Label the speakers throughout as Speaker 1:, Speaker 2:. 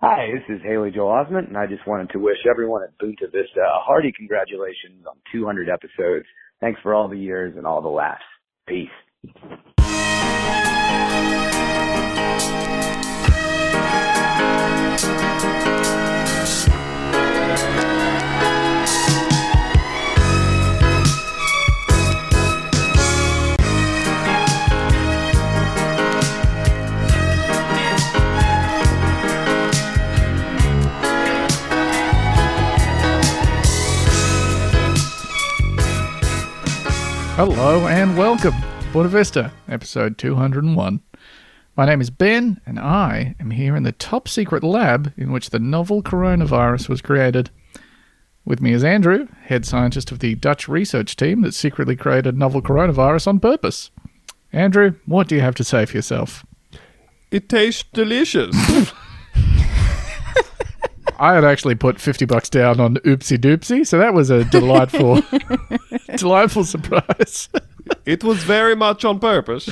Speaker 1: Hi, this is Haley Joel Osment, and I just wanted to wish everyone at Bunta Vista a hearty congratulations on 200 episodes. Thanks for all the years and all the laughs. Peace.
Speaker 2: Hello and welcome to Buena Vista, episode 201. My name is Ben, and I am here in the top secret lab in which the novel coronavirus was created. With me is Andrew, head scientist of the Dutch research team that secretly created novel coronavirus on purpose. Andrew, what do you have to say for yourself?
Speaker 3: It tastes delicious.
Speaker 2: I had actually put 50 bucks down on Oopsie Doopsie, so that was a delightful, delightful surprise.
Speaker 3: it was very much on purpose.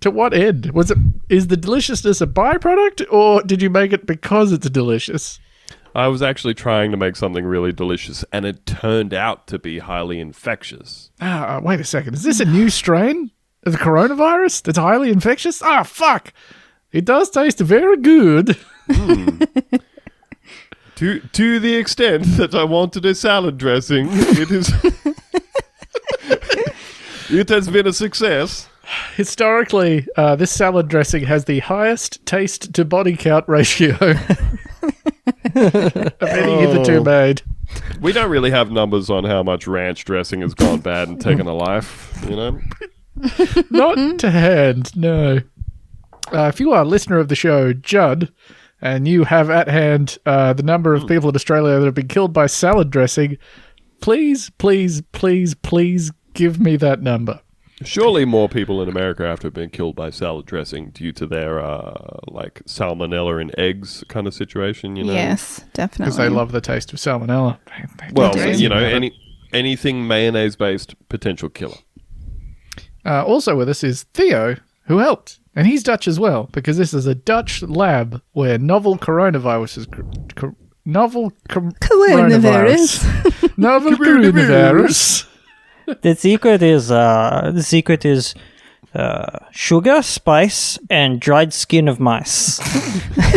Speaker 2: to what end? Was it is the deliciousness a byproduct or did you make it because it's delicious?
Speaker 3: I was actually trying to make something really delicious, and it turned out to be highly infectious.
Speaker 2: Ah, wait a second. Is this a new strain of the coronavirus that's highly infectious? Ah, fuck. It does taste very good.
Speaker 3: To to the extent that I wanted a salad dressing, it is. it has been a success.
Speaker 2: Historically, uh, this salad dressing has the highest taste to body count ratio of any hitherto made.
Speaker 3: We don't really have numbers on how much ranch dressing has gone bad and taken a life, you know?
Speaker 2: Not to hand, no. Uh, if you are a listener of the show, Judd, and you have at hand uh, the number
Speaker 3: Mm.
Speaker 2: of people in Australia that have been killed by salad dressing, please, please, please, please give me that number.
Speaker 3: Surely more people in America have to have been killed by salad dressing due to their, uh, like, salmonella and eggs kind of situation, you know?
Speaker 4: Yes, definitely.
Speaker 2: Because they love the taste of salmonella. They- they
Speaker 3: Well,
Speaker 2: do.
Speaker 4: Yes.
Speaker 3: you know, any anything mayonnaise based potential killer.
Speaker 2: Uh, also with us is Theo, who helped. And he's Dutch as well, because this is a Dutch lab where novel coronavirus is. Cr- cr- novel com-
Speaker 4: Coronavirus.
Speaker 2: coronavirus. novel coronavirus.
Speaker 5: The secret is uh, the secret is uh, sugar, spice, and dried skin of mice.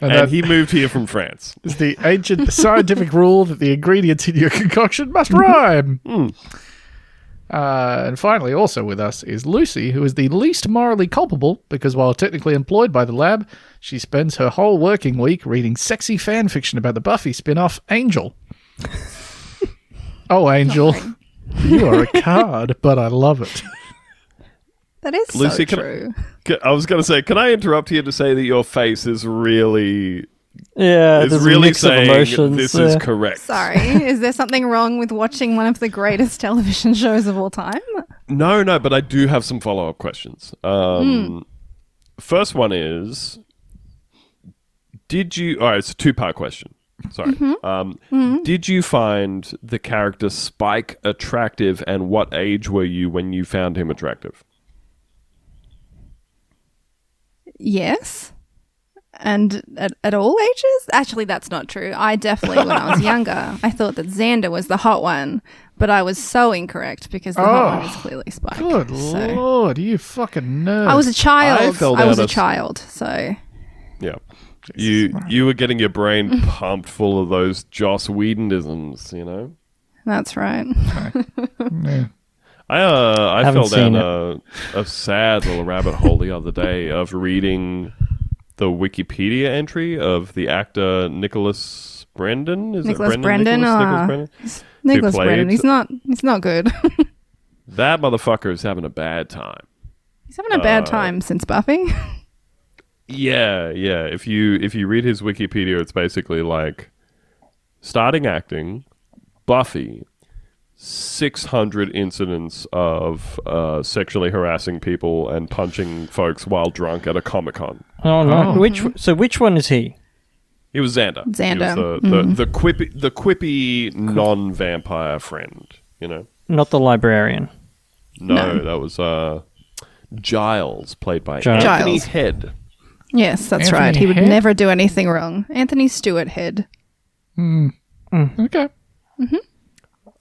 Speaker 2: And,
Speaker 3: And
Speaker 2: that
Speaker 3: he moved here from France.
Speaker 2: is the ancient scientific rule that the ingredients in your concoction must rhyme.
Speaker 4: Hmm.
Speaker 2: Uh, and finally, also with us is Lucy, who is the least morally culpable because while technically employed by the lab, she spends her whole working week reading sexy fan fiction about the Buffy spin off Angel. oh, Angel, you are a card, but I love it.
Speaker 4: that is
Speaker 3: Lucy,
Speaker 4: so
Speaker 3: can I-
Speaker 4: true.
Speaker 3: C- I was going to say, can I interrupt here to say that your face is really
Speaker 5: yeah,
Speaker 3: is
Speaker 5: Uh, there's a
Speaker 3: really
Speaker 5: mix of
Speaker 3: saying
Speaker 5: emotions.
Speaker 3: this
Speaker 5: yeah.
Speaker 3: is correct?
Speaker 4: Sorry, is there something wrong with watching one of the greatest television shows of all time?
Speaker 3: No, no, but I do have some follow up questions. Um, First one is, did you? All right, it's a two part question. Sorry. Um, Did you find the character Spike attractive, and what age were you when you found him attractive?
Speaker 4: Yes. And at, at all ages? Actually, that's not true. I definitely, when I was younger, I thought that Xander was the hot one, but I was so incorrect because the
Speaker 2: Oh.
Speaker 4: hot one is clearly Spike.
Speaker 2: Good
Speaker 4: so.
Speaker 2: lord, you fucking nerd.
Speaker 4: I was a
Speaker 3: I
Speaker 4: child.
Speaker 3: fell
Speaker 4: I, was
Speaker 3: down a
Speaker 4: a
Speaker 3: s-
Speaker 4: child. So,
Speaker 3: Yeah. You you were getting your brain pumped full of those Joss Whedonisms, you know.
Speaker 4: that's right.
Speaker 2: Yeah.
Speaker 3: I uh, I
Speaker 5: Haven't
Speaker 3: fell down
Speaker 5: seen
Speaker 3: a, a sad little rabbit hole the other day of reading the Wikipedia entry of the actor Nicholas Brendan. Is
Speaker 4: Nicholas
Speaker 3: it
Speaker 4: Brendan,
Speaker 3: Nicholas,
Speaker 4: uh,
Speaker 3: Nicholas Brendan?
Speaker 4: Nicholas
Speaker 3: played-
Speaker 4: Brennan, he's not, he's not good.
Speaker 3: That motherfucker is having a bad time.
Speaker 4: he's having a
Speaker 3: Uh,
Speaker 4: bad time since Buffy.
Speaker 3: Yeah, yeah. If you if you read his Wikipedia, it's basically like starting acting, Buffy, six hundred incidents of uh, sexually harassing people and punching folks while drunk at a comic con.
Speaker 5: Oh, no.
Speaker 2: Oh.
Speaker 5: Which so which one is he?
Speaker 3: He was Xander.
Speaker 4: Xander,
Speaker 3: He was the, the, the quippy the quippy non vampire friend. You know.
Speaker 5: Not the librarian.
Speaker 3: No, that was uh, Giles, played by
Speaker 5: Giles.
Speaker 3: Anthony
Speaker 4: Giles.
Speaker 3: Head.
Speaker 4: Yes, that's
Speaker 2: Anthony
Speaker 4: right. He would
Speaker 2: Head?
Speaker 4: never do anything wrong. Anthony Stewart Head.
Speaker 2: Okay. Mm-hmm.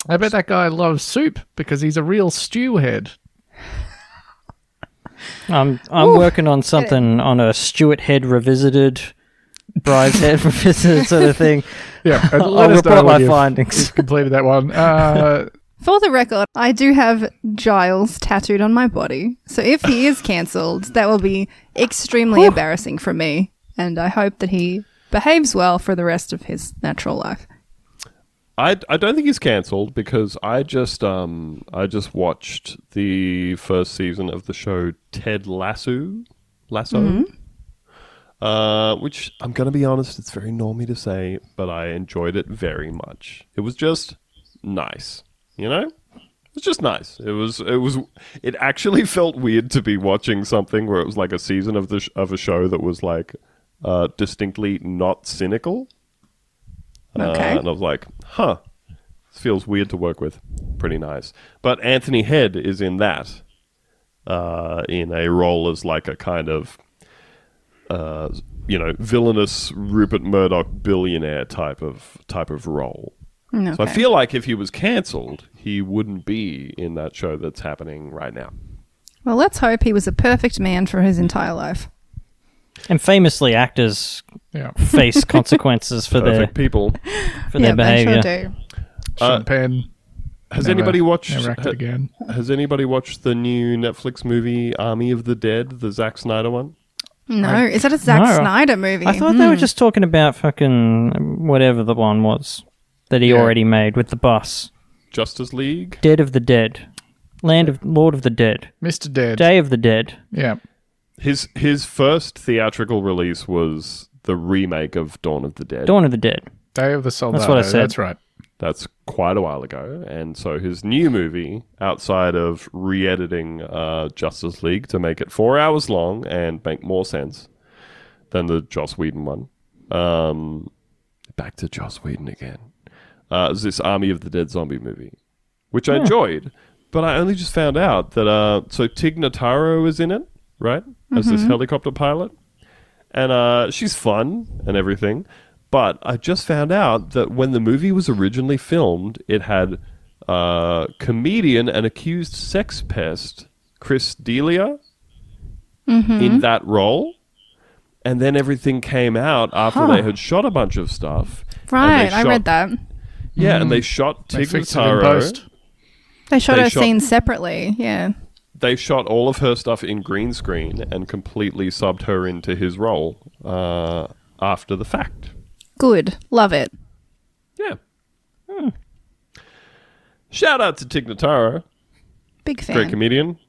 Speaker 2: I bet that guy loves soup because he's a real stew head.
Speaker 5: I'm I'm working on something on a Stuart head revisited, Bride's head revisited sort of thing.
Speaker 2: Yeah, and
Speaker 5: I'll
Speaker 2: let us know
Speaker 5: report
Speaker 2: when
Speaker 5: my
Speaker 2: you've-
Speaker 5: findings.
Speaker 2: you've completed that one. Uh,
Speaker 4: For the record, I do have Giles tattooed on my body. So if he is cancelled, that will be extremely embarrassing for me. And I hope that he behaves well for the rest of his natural life.
Speaker 3: I, I don't think he's cancelled because I just um I just watched the first season of the show Ted Lasso, Lasso, uh, which I'm gonna be honest, it's very normy to say, but I enjoyed it very much. It was just nice, you know. It was just nice. It was it was it actually felt weird to be watching something where it was like a season of the sh- of a show that was like uh, distinctly not cynical.
Speaker 4: Okay.
Speaker 3: Uh, and I was like, huh, this feels weird to work with. Pretty nice. But Anthony Head is in that, uh, in a role as like a kind of, uh, you know, villainous Rupert Murdoch billionaire type of type of role.
Speaker 4: Okay.
Speaker 3: So I feel like if he was cancelled, he wouldn't be in that show that's happening right now.
Speaker 4: well, let's hope he was a perfect man for his entire life.
Speaker 5: And famously, actors
Speaker 2: yeah,
Speaker 5: face consequences for their
Speaker 3: Perfect people.
Speaker 5: for their behavior.
Speaker 4: they sure do.
Speaker 3: Uh,
Speaker 2: Sean Penn.
Speaker 3: Has
Speaker 2: never-
Speaker 3: anybody watched?
Speaker 2: Never acted
Speaker 5: uh,
Speaker 3: ha-
Speaker 2: again.
Speaker 3: Has anybody watched the new Netflix movie Army of the Dead, the Zack Snyder one?
Speaker 4: No, is that a Zack
Speaker 5: No.
Speaker 4: Snyder movie? Hmm.
Speaker 5: I thought
Speaker 3: Hmm.
Speaker 5: they were just talking about fucking whatever the one was that he
Speaker 2: Yeah.
Speaker 5: already made with the bus.
Speaker 3: Justice League.
Speaker 5: Dead of the Dead. Land of Lord of the Dead.
Speaker 2: Mr. Dead.
Speaker 5: Day of the Dead.
Speaker 2: yeah.
Speaker 3: His his first theatrical release was the remake of Dawn of the Dead.
Speaker 5: Dawn of the Dead.
Speaker 2: Day of the Soldado.
Speaker 5: That's what I said.
Speaker 2: That's right.
Speaker 3: That's quite a while ago, and so his new movie, outside of re-editing uh, Justice League to make it four hours long and make more sense than the Joss Whedon one. Um, back to Joss Whedon again. Uh, is this Army of the Dead zombie movie, which I enjoyed, but I only just found out that uh, so Tig Notaro is in it, right? As
Speaker 4: Mm-hmm.
Speaker 3: this helicopter pilot, and uh, she's fun and everything. But I just found out that when the movie was originally filmed, it had uh, comedian and accused sex pest Chris Delia
Speaker 4: Mm-hmm.
Speaker 3: in that role. And then everything came out after they had shot a bunch of stuff. and they
Speaker 4: Right, I
Speaker 3: shot-
Speaker 4: read that.
Speaker 3: Yeah, and they
Speaker 2: Mm.
Speaker 3: shot
Speaker 2: They
Speaker 3: Tig
Speaker 2: fixed it in
Speaker 3: Notaro.
Speaker 2: post.
Speaker 4: They shot
Speaker 3: They
Speaker 4: a
Speaker 3: shot-
Speaker 4: scene separately. Yeah.
Speaker 3: they shot all of her stuff in green screen and completely subbed her into his role uh, after the fact.
Speaker 4: Good. Love it.
Speaker 3: Yeah. Hmm. Shout out to Tig Notaro,
Speaker 4: Big fan.
Speaker 3: great comedian,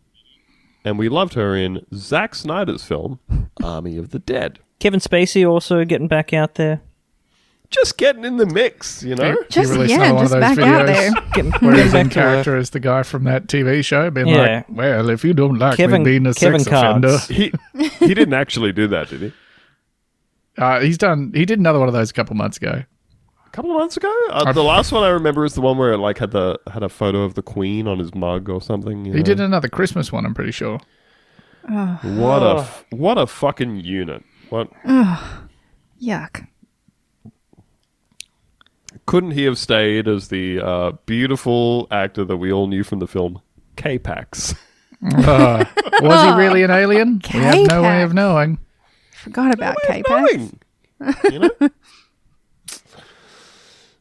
Speaker 3: and we loved her in Zack Snyder's film Army of the Dead.
Speaker 5: Kevin Spacey also getting back out there.
Speaker 3: Just getting in the mix, you know.
Speaker 2: He
Speaker 4: Just-
Speaker 2: released
Speaker 4: yeah,
Speaker 2: another one of those
Speaker 4: just back
Speaker 2: videos
Speaker 4: out there.
Speaker 5: Getting,
Speaker 2: where
Speaker 5: getting
Speaker 2: he's in
Speaker 5: back to work.
Speaker 2: character as the guy from that TV show, being
Speaker 5: Yeah.
Speaker 2: like, "Well, if you don't like
Speaker 5: Kevin-
Speaker 2: me being a
Speaker 5: Kevin
Speaker 2: sex offender,
Speaker 5: Cards.
Speaker 3: He he didn't actually do that, did he?
Speaker 2: uh, he's done. He did another one of those a couple months ago.
Speaker 3: A couple of months ago. Uh, the last one I remember is the one where it like had the had a photo of the Queen on his mug or something. you
Speaker 2: He
Speaker 3: know?
Speaker 2: did another Christmas one. I'm pretty sure.
Speaker 3: What
Speaker 5: Oh.
Speaker 3: a f- what a fucking unit! What
Speaker 4: Yuck.
Speaker 3: couldn't he have stayed as the uh, beautiful actor that we all knew from the film K-Pax?
Speaker 2: Uh, was he really an alien? We have no way of
Speaker 4: K-Pax.
Speaker 2: knowing.
Speaker 4: Forgot about K Pax.
Speaker 3: Knowing.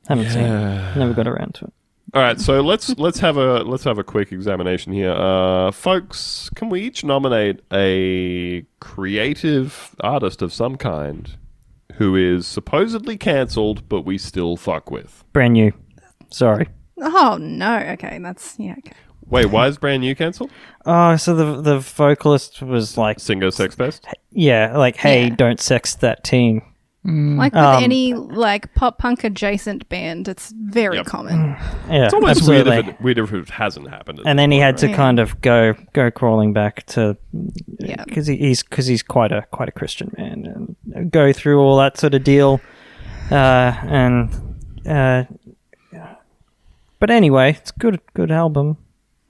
Speaker 5: Haven't seen it. Never got around to it.
Speaker 3: All right, so let's let's have a let's have a quick examination here, uh, folks. Can we each nominate a creative artist of some kind who is supposedly cancelled, but we still fuck with?
Speaker 5: Brand new. Sorry.
Speaker 4: Oh, no. Okay. That's, yeah. Okay.
Speaker 3: Wait, why is brand new cancelled?
Speaker 5: Oh, so the the vocalist was like,
Speaker 3: Singer Sex Pest.
Speaker 5: yeah, like, hey,
Speaker 4: Yeah.
Speaker 5: don't sex that teen.
Speaker 4: Like with
Speaker 5: Um,
Speaker 4: any like pop punk adjacent band, it's very
Speaker 3: Yep.
Speaker 4: common.
Speaker 5: Yeah,
Speaker 3: It's almost
Speaker 5: absolutely.
Speaker 3: weird if it, weird if it hasn't happened.
Speaker 5: and then he had to
Speaker 4: Yeah.
Speaker 5: kind of go go crawling back to
Speaker 4: Yeah.
Speaker 5: because he, he's because he's quite a quite a Christian man and uh, go through all that sort of deal, uh, and uh, but anyway, it's good good album.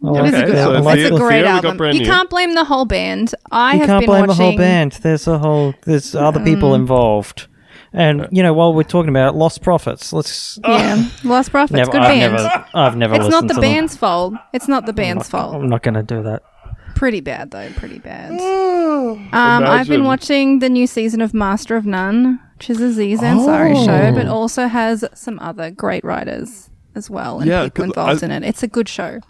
Speaker 4: It is a
Speaker 5: Okay,
Speaker 4: good
Speaker 5: so
Speaker 4: album.
Speaker 5: the-
Speaker 4: It's a
Speaker 5: the
Speaker 4: great
Speaker 3: theory got
Speaker 4: album.
Speaker 3: brand
Speaker 4: You
Speaker 3: new.
Speaker 4: can't blame the whole band. I
Speaker 5: you
Speaker 4: have
Speaker 5: can't
Speaker 4: been
Speaker 5: blame
Speaker 4: watching. Um,
Speaker 5: the whole band. There's a whole. There's other people involved, and you know while we're talking about lost profits, let's.
Speaker 4: Yeah, Lost Prophets,
Speaker 5: never,
Speaker 4: Oh, good
Speaker 5: I've
Speaker 4: band.
Speaker 5: never. I've never.
Speaker 4: it's not
Speaker 5: listened
Speaker 4: the
Speaker 5: to
Speaker 4: band's fault. It's not the band's
Speaker 5: Them.
Speaker 4: fault.
Speaker 5: I'm not going to do that.
Speaker 4: Pretty bad though. Pretty bad. Um, I've been
Speaker 3: Imagine.
Speaker 4: watching the new season of Master of None, which is a Aziz Ansari show, but also has some other great writers as well and
Speaker 3: Yeah,
Speaker 4: people
Speaker 3: 'cause
Speaker 4: involved
Speaker 3: I-
Speaker 4: in it. It's a good show.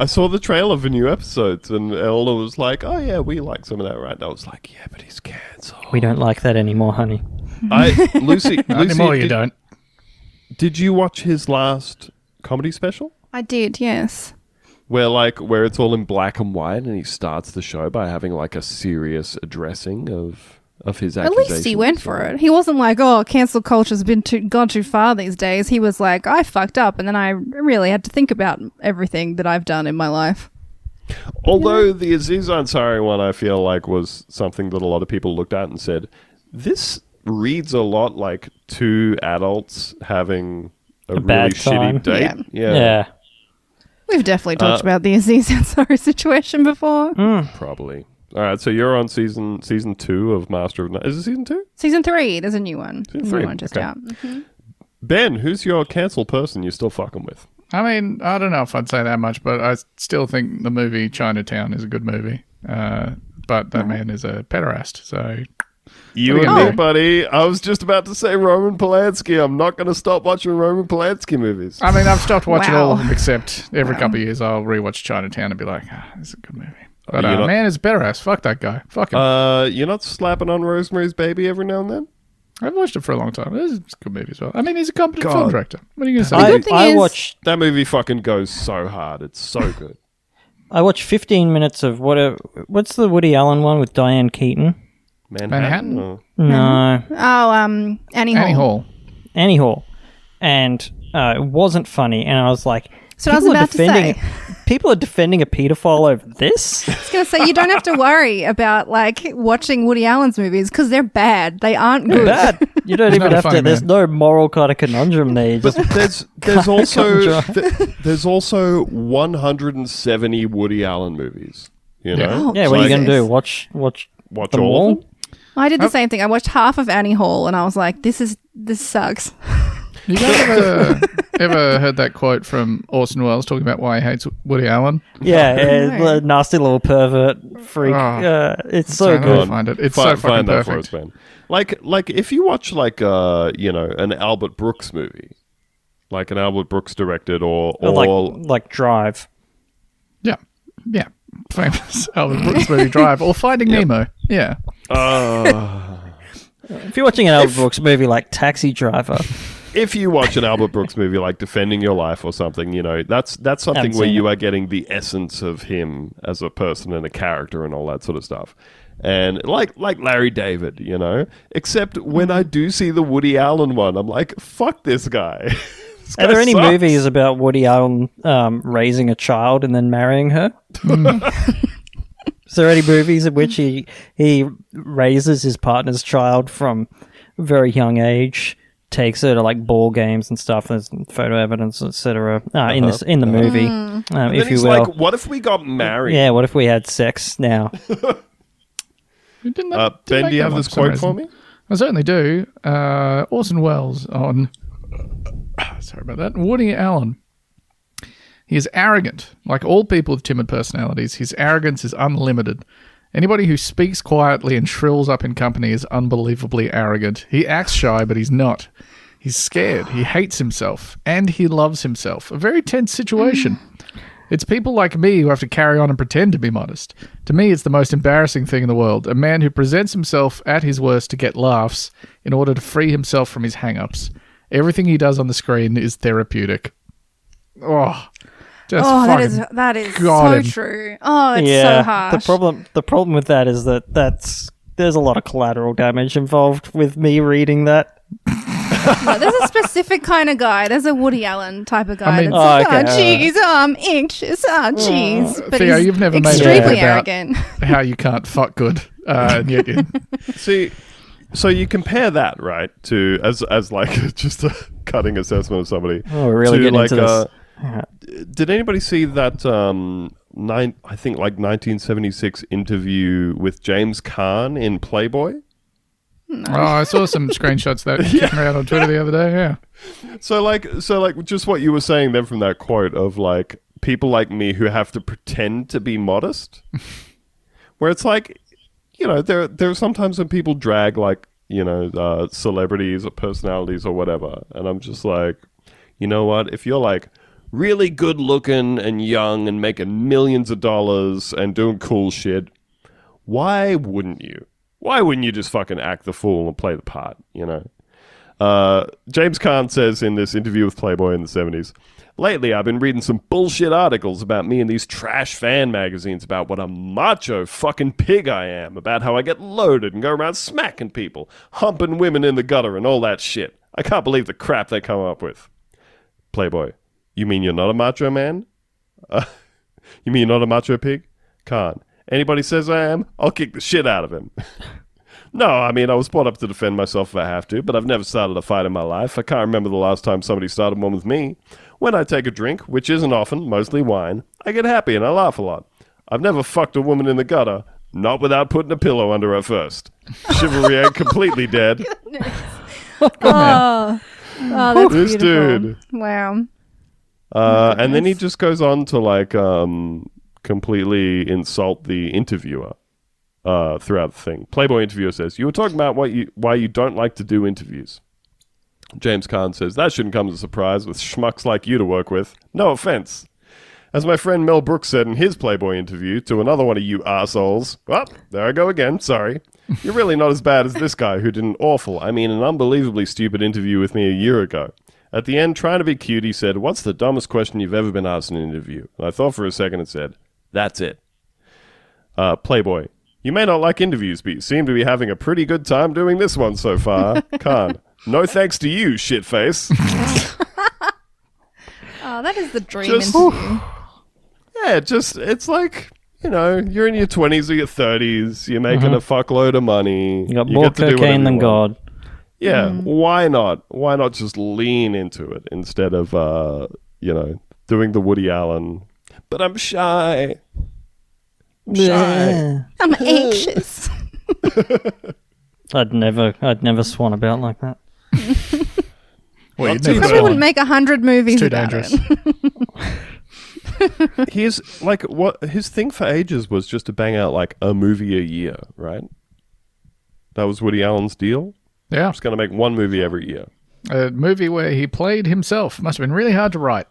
Speaker 3: I saw the trailer for new episodes, and Ella was like, "Oh yeah, we like some of that, right?" And I was like, "Yeah, but he's cancer."
Speaker 5: We don't like that anymore, honey.
Speaker 3: I Lucy, Lucy,
Speaker 2: Not anymore, you
Speaker 3: did,
Speaker 2: don't.
Speaker 3: Did you watch his last comedy special?
Speaker 4: I did, yes.
Speaker 3: Where like where it's all in black and white, and he starts the show by having like a serious addressing of of his.
Speaker 4: At least he went for it. He wasn't like, "Oh, cancel culture's been too gone too far these days." He was like, "I fucked up," and then I really had to think about everything that I've done in my life.
Speaker 3: Although the Aziz Ansari one, I feel like was something that a lot of people looked at and said, "This reads a lot like two adults having a, really
Speaker 5: bad time.
Speaker 3: shitty date."
Speaker 5: Yeah.
Speaker 4: We've definitely talked
Speaker 3: Uh,
Speaker 4: about the Aziz Ansari situation before.
Speaker 3: mm. Probably. All right, so you're on season season two of Master of None. Is it season two?
Speaker 4: Season three, there's a new one.
Speaker 3: Season
Speaker 4: new
Speaker 3: three,
Speaker 4: one just
Speaker 3: okay.
Speaker 4: out.
Speaker 3: Ben, who's your cancel person you're still fucking with?
Speaker 2: I mean, I don't know if I'd say that much, but I still think the movie Chinatown is a good movie. Uh, but that man is a pederast, so
Speaker 3: You
Speaker 2: What are
Speaker 3: and
Speaker 2: you
Speaker 3: me,
Speaker 2: gonna do?
Speaker 3: buddy. I was just about to say Roman Polanski. I'm not going to stop watching Roman Polanski movies.
Speaker 2: I mean, I've stopped watching all of
Speaker 4: Wow.
Speaker 2: them except every couple of years I'll rewatch Chinatown and be like, ah, "This is a good movie." But
Speaker 3: you're
Speaker 2: uh,
Speaker 3: not-
Speaker 2: man is pederast. Fuck that guy. Fuck him.
Speaker 3: Oh, Uh, you're not slapping on Rosemary's Baby every now and then?
Speaker 2: I've watched it for a long time. This is a good movie as well. I mean, he's a competent film
Speaker 3: God.
Speaker 2: director. What are you going to say?
Speaker 5: I,
Speaker 4: good thing
Speaker 5: I
Speaker 4: is-
Speaker 5: watched.
Speaker 3: That movie fucking goes so hard. It's so good.
Speaker 5: I watched 15 minutes of what? A, what's the Woody Allen one with Diane Keaton?
Speaker 3: Manhattan?
Speaker 2: Manhattan?
Speaker 3: or-
Speaker 5: No,
Speaker 4: Oh, um, Annie Hall.
Speaker 2: Annie Hall.
Speaker 5: Annie Hall, and uh, it wasn't funny. And I was like,
Speaker 4: So I was
Speaker 5: people are
Speaker 4: about to
Speaker 5: defending-
Speaker 4: say.
Speaker 5: people are defending a pedophile over this.
Speaker 4: I was going to say, you don't have to worry about like watching Woody Allen's movies because they're bad. They aren't good.
Speaker 5: Bad. You don't
Speaker 2: He's not
Speaker 5: even
Speaker 2: a
Speaker 5: have to.
Speaker 2: funny
Speaker 5: There's
Speaker 2: man.
Speaker 5: no moral kind of conundrum there. You
Speaker 3: But
Speaker 5: just
Speaker 3: there's there's also
Speaker 5: can't
Speaker 3: th- there's also 170 Woody Allen movies. You know,
Speaker 2: Yeah.
Speaker 4: Oh,
Speaker 5: Yeah, what are
Speaker 4: Jesus.
Speaker 5: you going to do? Watch, watch,
Speaker 3: Watch
Speaker 5: them
Speaker 3: all of them?
Speaker 4: I did the same thing. I watched half of Annie Hall and I was like, this is this sucks.
Speaker 2: You guys ever, ever heard that quote from Orson Welles talking about why he hates Woody Allen?
Speaker 5: Yeah, yeah
Speaker 4: No.
Speaker 5: the nasty little pervert freak.
Speaker 2: Oh.
Speaker 5: uh, it's so
Speaker 2: Sorry,
Speaker 5: good.
Speaker 2: no. find it. It's
Speaker 3: Fi-
Speaker 2: so fucking perfect.
Speaker 3: for us, man. Like, like if you watch like uh, you know, an Albert Brooks movie, like an Albert Brooks directed, or or
Speaker 5: Like, like Drive.
Speaker 2: Yeah, yeah. Famous Albert Brooks movie Drive or Finding Nemo. Yeah,
Speaker 5: If you're watching an Albert Brooks movie like Taxi Driver,
Speaker 3: if you watch an Albert Brooks movie like Defending Your Life or something, you know, that's that's something
Speaker 5: Haven't
Speaker 3: where
Speaker 5: seen
Speaker 3: you are getting the essence of him as a person and a character and all that sort of stuff. And like like Larry David, you know. Except when I do see the Woody Allen one, I'm like, fuck this guy. This
Speaker 5: are
Speaker 3: guy
Speaker 5: there any
Speaker 3: sucks.
Speaker 5: movies about Woody Allen um, raising a child and then marrying her? Is there any movies in which he he raises his partner's child from a very young age, takes her to like ball games and stuff? There's photo evidence, etc. Uh, In this in the movie,
Speaker 3: And
Speaker 5: um, if
Speaker 3: Uh-huh. then he's
Speaker 5: you will.
Speaker 3: like, what if we got married?
Speaker 5: yeah, what if we had sex now?
Speaker 2: Who didn't that-
Speaker 3: Uh,
Speaker 2: didn't
Speaker 3: ben,
Speaker 2: make
Speaker 3: do
Speaker 2: that
Speaker 3: you have
Speaker 2: one
Speaker 3: this
Speaker 2: for some
Speaker 3: quote
Speaker 2: reason.
Speaker 3: for me?
Speaker 2: I certainly do. Uh, Orson Welles on. Sorry about that. Woody Allen. He is arrogant. Like all people with timid personalities, his arrogance is unlimited. Anybody who speaks quietly and shrills up in company is unbelievably arrogant. He acts shy, but he's not. He's scared. He hates himself. And he loves himself. A very tense situation. It's people like me who have to carry on and pretend to be modest. To me, it's the most embarrassing thing in the world. A man who presents himself at his worst to get laughs in order to free himself from his hang ups. Everything he does on the screen is therapeutic. Oh, just
Speaker 4: oh, that
Speaker 2: fucking-
Speaker 4: is that is
Speaker 2: got
Speaker 4: so
Speaker 2: him.
Speaker 4: true. Oh, it's so hard.
Speaker 5: The problem the problem with that is that that's there's a lot of collateral damage involved with me reading that.
Speaker 4: There's a specific kind of guy. There's a Woody Allen type of guy.
Speaker 2: mean-
Speaker 4: that's
Speaker 5: Oh,
Speaker 4: like, oh,
Speaker 5: okay,
Speaker 4: jeez, I'm anxious. Oh, jeez. But
Speaker 2: Theo,
Speaker 4: he's
Speaker 2: you've never made a
Speaker 4: extremely
Speaker 2: joke about-
Speaker 4: arrogant.
Speaker 2: how you can't fuck good. Uh, and yet you-
Speaker 3: See, so you compare that right to as as like just a cutting assessment of somebody.
Speaker 5: Oh, we're really
Speaker 3: to
Speaker 5: getting
Speaker 3: like
Speaker 5: into this.
Speaker 3: uh, Did anybody see that? Um, nine, I think like 1976 interview with James Caan in Playboy.
Speaker 2: Oh, I saw some screenshots that came around on Twitter the other day. Yeah.
Speaker 3: So like, so like, just what you were saying then from that quote of like people like me who have to pretend to be modest, where it's like, you know, there there are sometimes when people drag like you know uh, celebrities or personalities or whatever, and I'm just like, you know what? If you're like really good looking and young and making millions of dollars and doing cool shit, why wouldn't you? Why wouldn't you just fucking act the fool and play the part? You know. Uh, James Kahn says in this interview with Playboy in the 70s Lately, I've been reading some bullshit articles about me in these trash fan magazines about what a macho fucking pig I am, about how I get loaded and go around smacking people, humping women in the gutter, and all that shit. I can't believe the crap they come up with. Playboy, you mean you're not a macho man? Uh, you mean you're not a macho pig? Khan, anybody says I am, I'll kick the shit out of him. No, I mean, I was brought up to defend myself if I have to, but I've never started a fight in my life. I can't remember the last time somebody started one with me. When I take a drink, which isn't often, mostly wine, I get happy and I laugh a lot. I've never fucked a woman in the gutter, not without putting a pillow under her first. Chivalry ain't completely dead.
Speaker 4: Oh, oh that's
Speaker 3: This
Speaker 4: beautiful.
Speaker 3: dude.
Speaker 4: Wow.
Speaker 3: Uh, and then he just goes on to like um, completely insult the interviewer uh, throughout the thing. Playboy interviewer says, "You were talking about what you why you don't like to do interviews." James Kahn says, "That shouldn't come as a surprise with schmucks like you to work with. No offense." As my friend Mel Brooks said in his Playboy interview to another one of you assholes, well, there I go again, sorry. You're really not as bad as this guy who did an awful, I mean, an unbelievably stupid interview with me a year ago. At the end, trying to be cute, he said, What's the dumbest question you've ever been asked in an interview? And I thought for a second and said, That's it. Uh, Playboy, you may not like interviews, but you seem to be having a pretty good time doing this one so far. Khan, no thanks to you, shitface.
Speaker 4: Oh, that is the dream
Speaker 3: Just-
Speaker 4: interview.
Speaker 3: Yeah, it just it's like you know you're in your twenties or your thirties. You're making a fuckload of money.
Speaker 5: Mm-hmm. You got
Speaker 3: you
Speaker 5: more
Speaker 3: get to do whatever
Speaker 5: cocaine than
Speaker 3: you want.
Speaker 5: God.
Speaker 3: Yeah, why not? Why not just lean into it instead of uh, you know doing the Woody Allen? But I'm shy. I'm shy.
Speaker 5: Yeah.
Speaker 4: I'm anxious.
Speaker 5: I'd never, I'd never swan about like that.
Speaker 2: Well, you'd never
Speaker 3: I'll tell
Speaker 4: Probably
Speaker 3: you
Speaker 2: sell
Speaker 3: what.
Speaker 2: it.
Speaker 4: wouldn't make a hundred movies.
Speaker 2: It's too
Speaker 4: about
Speaker 2: dangerous.
Speaker 4: It.
Speaker 3: He's like what his thing for ages was just to bang out like a movie a year, right? That was Woody Allen's deal.
Speaker 2: Yeah.
Speaker 3: Just going to make one movie every year.
Speaker 2: A movie where he played himself. Must have been really hard to write.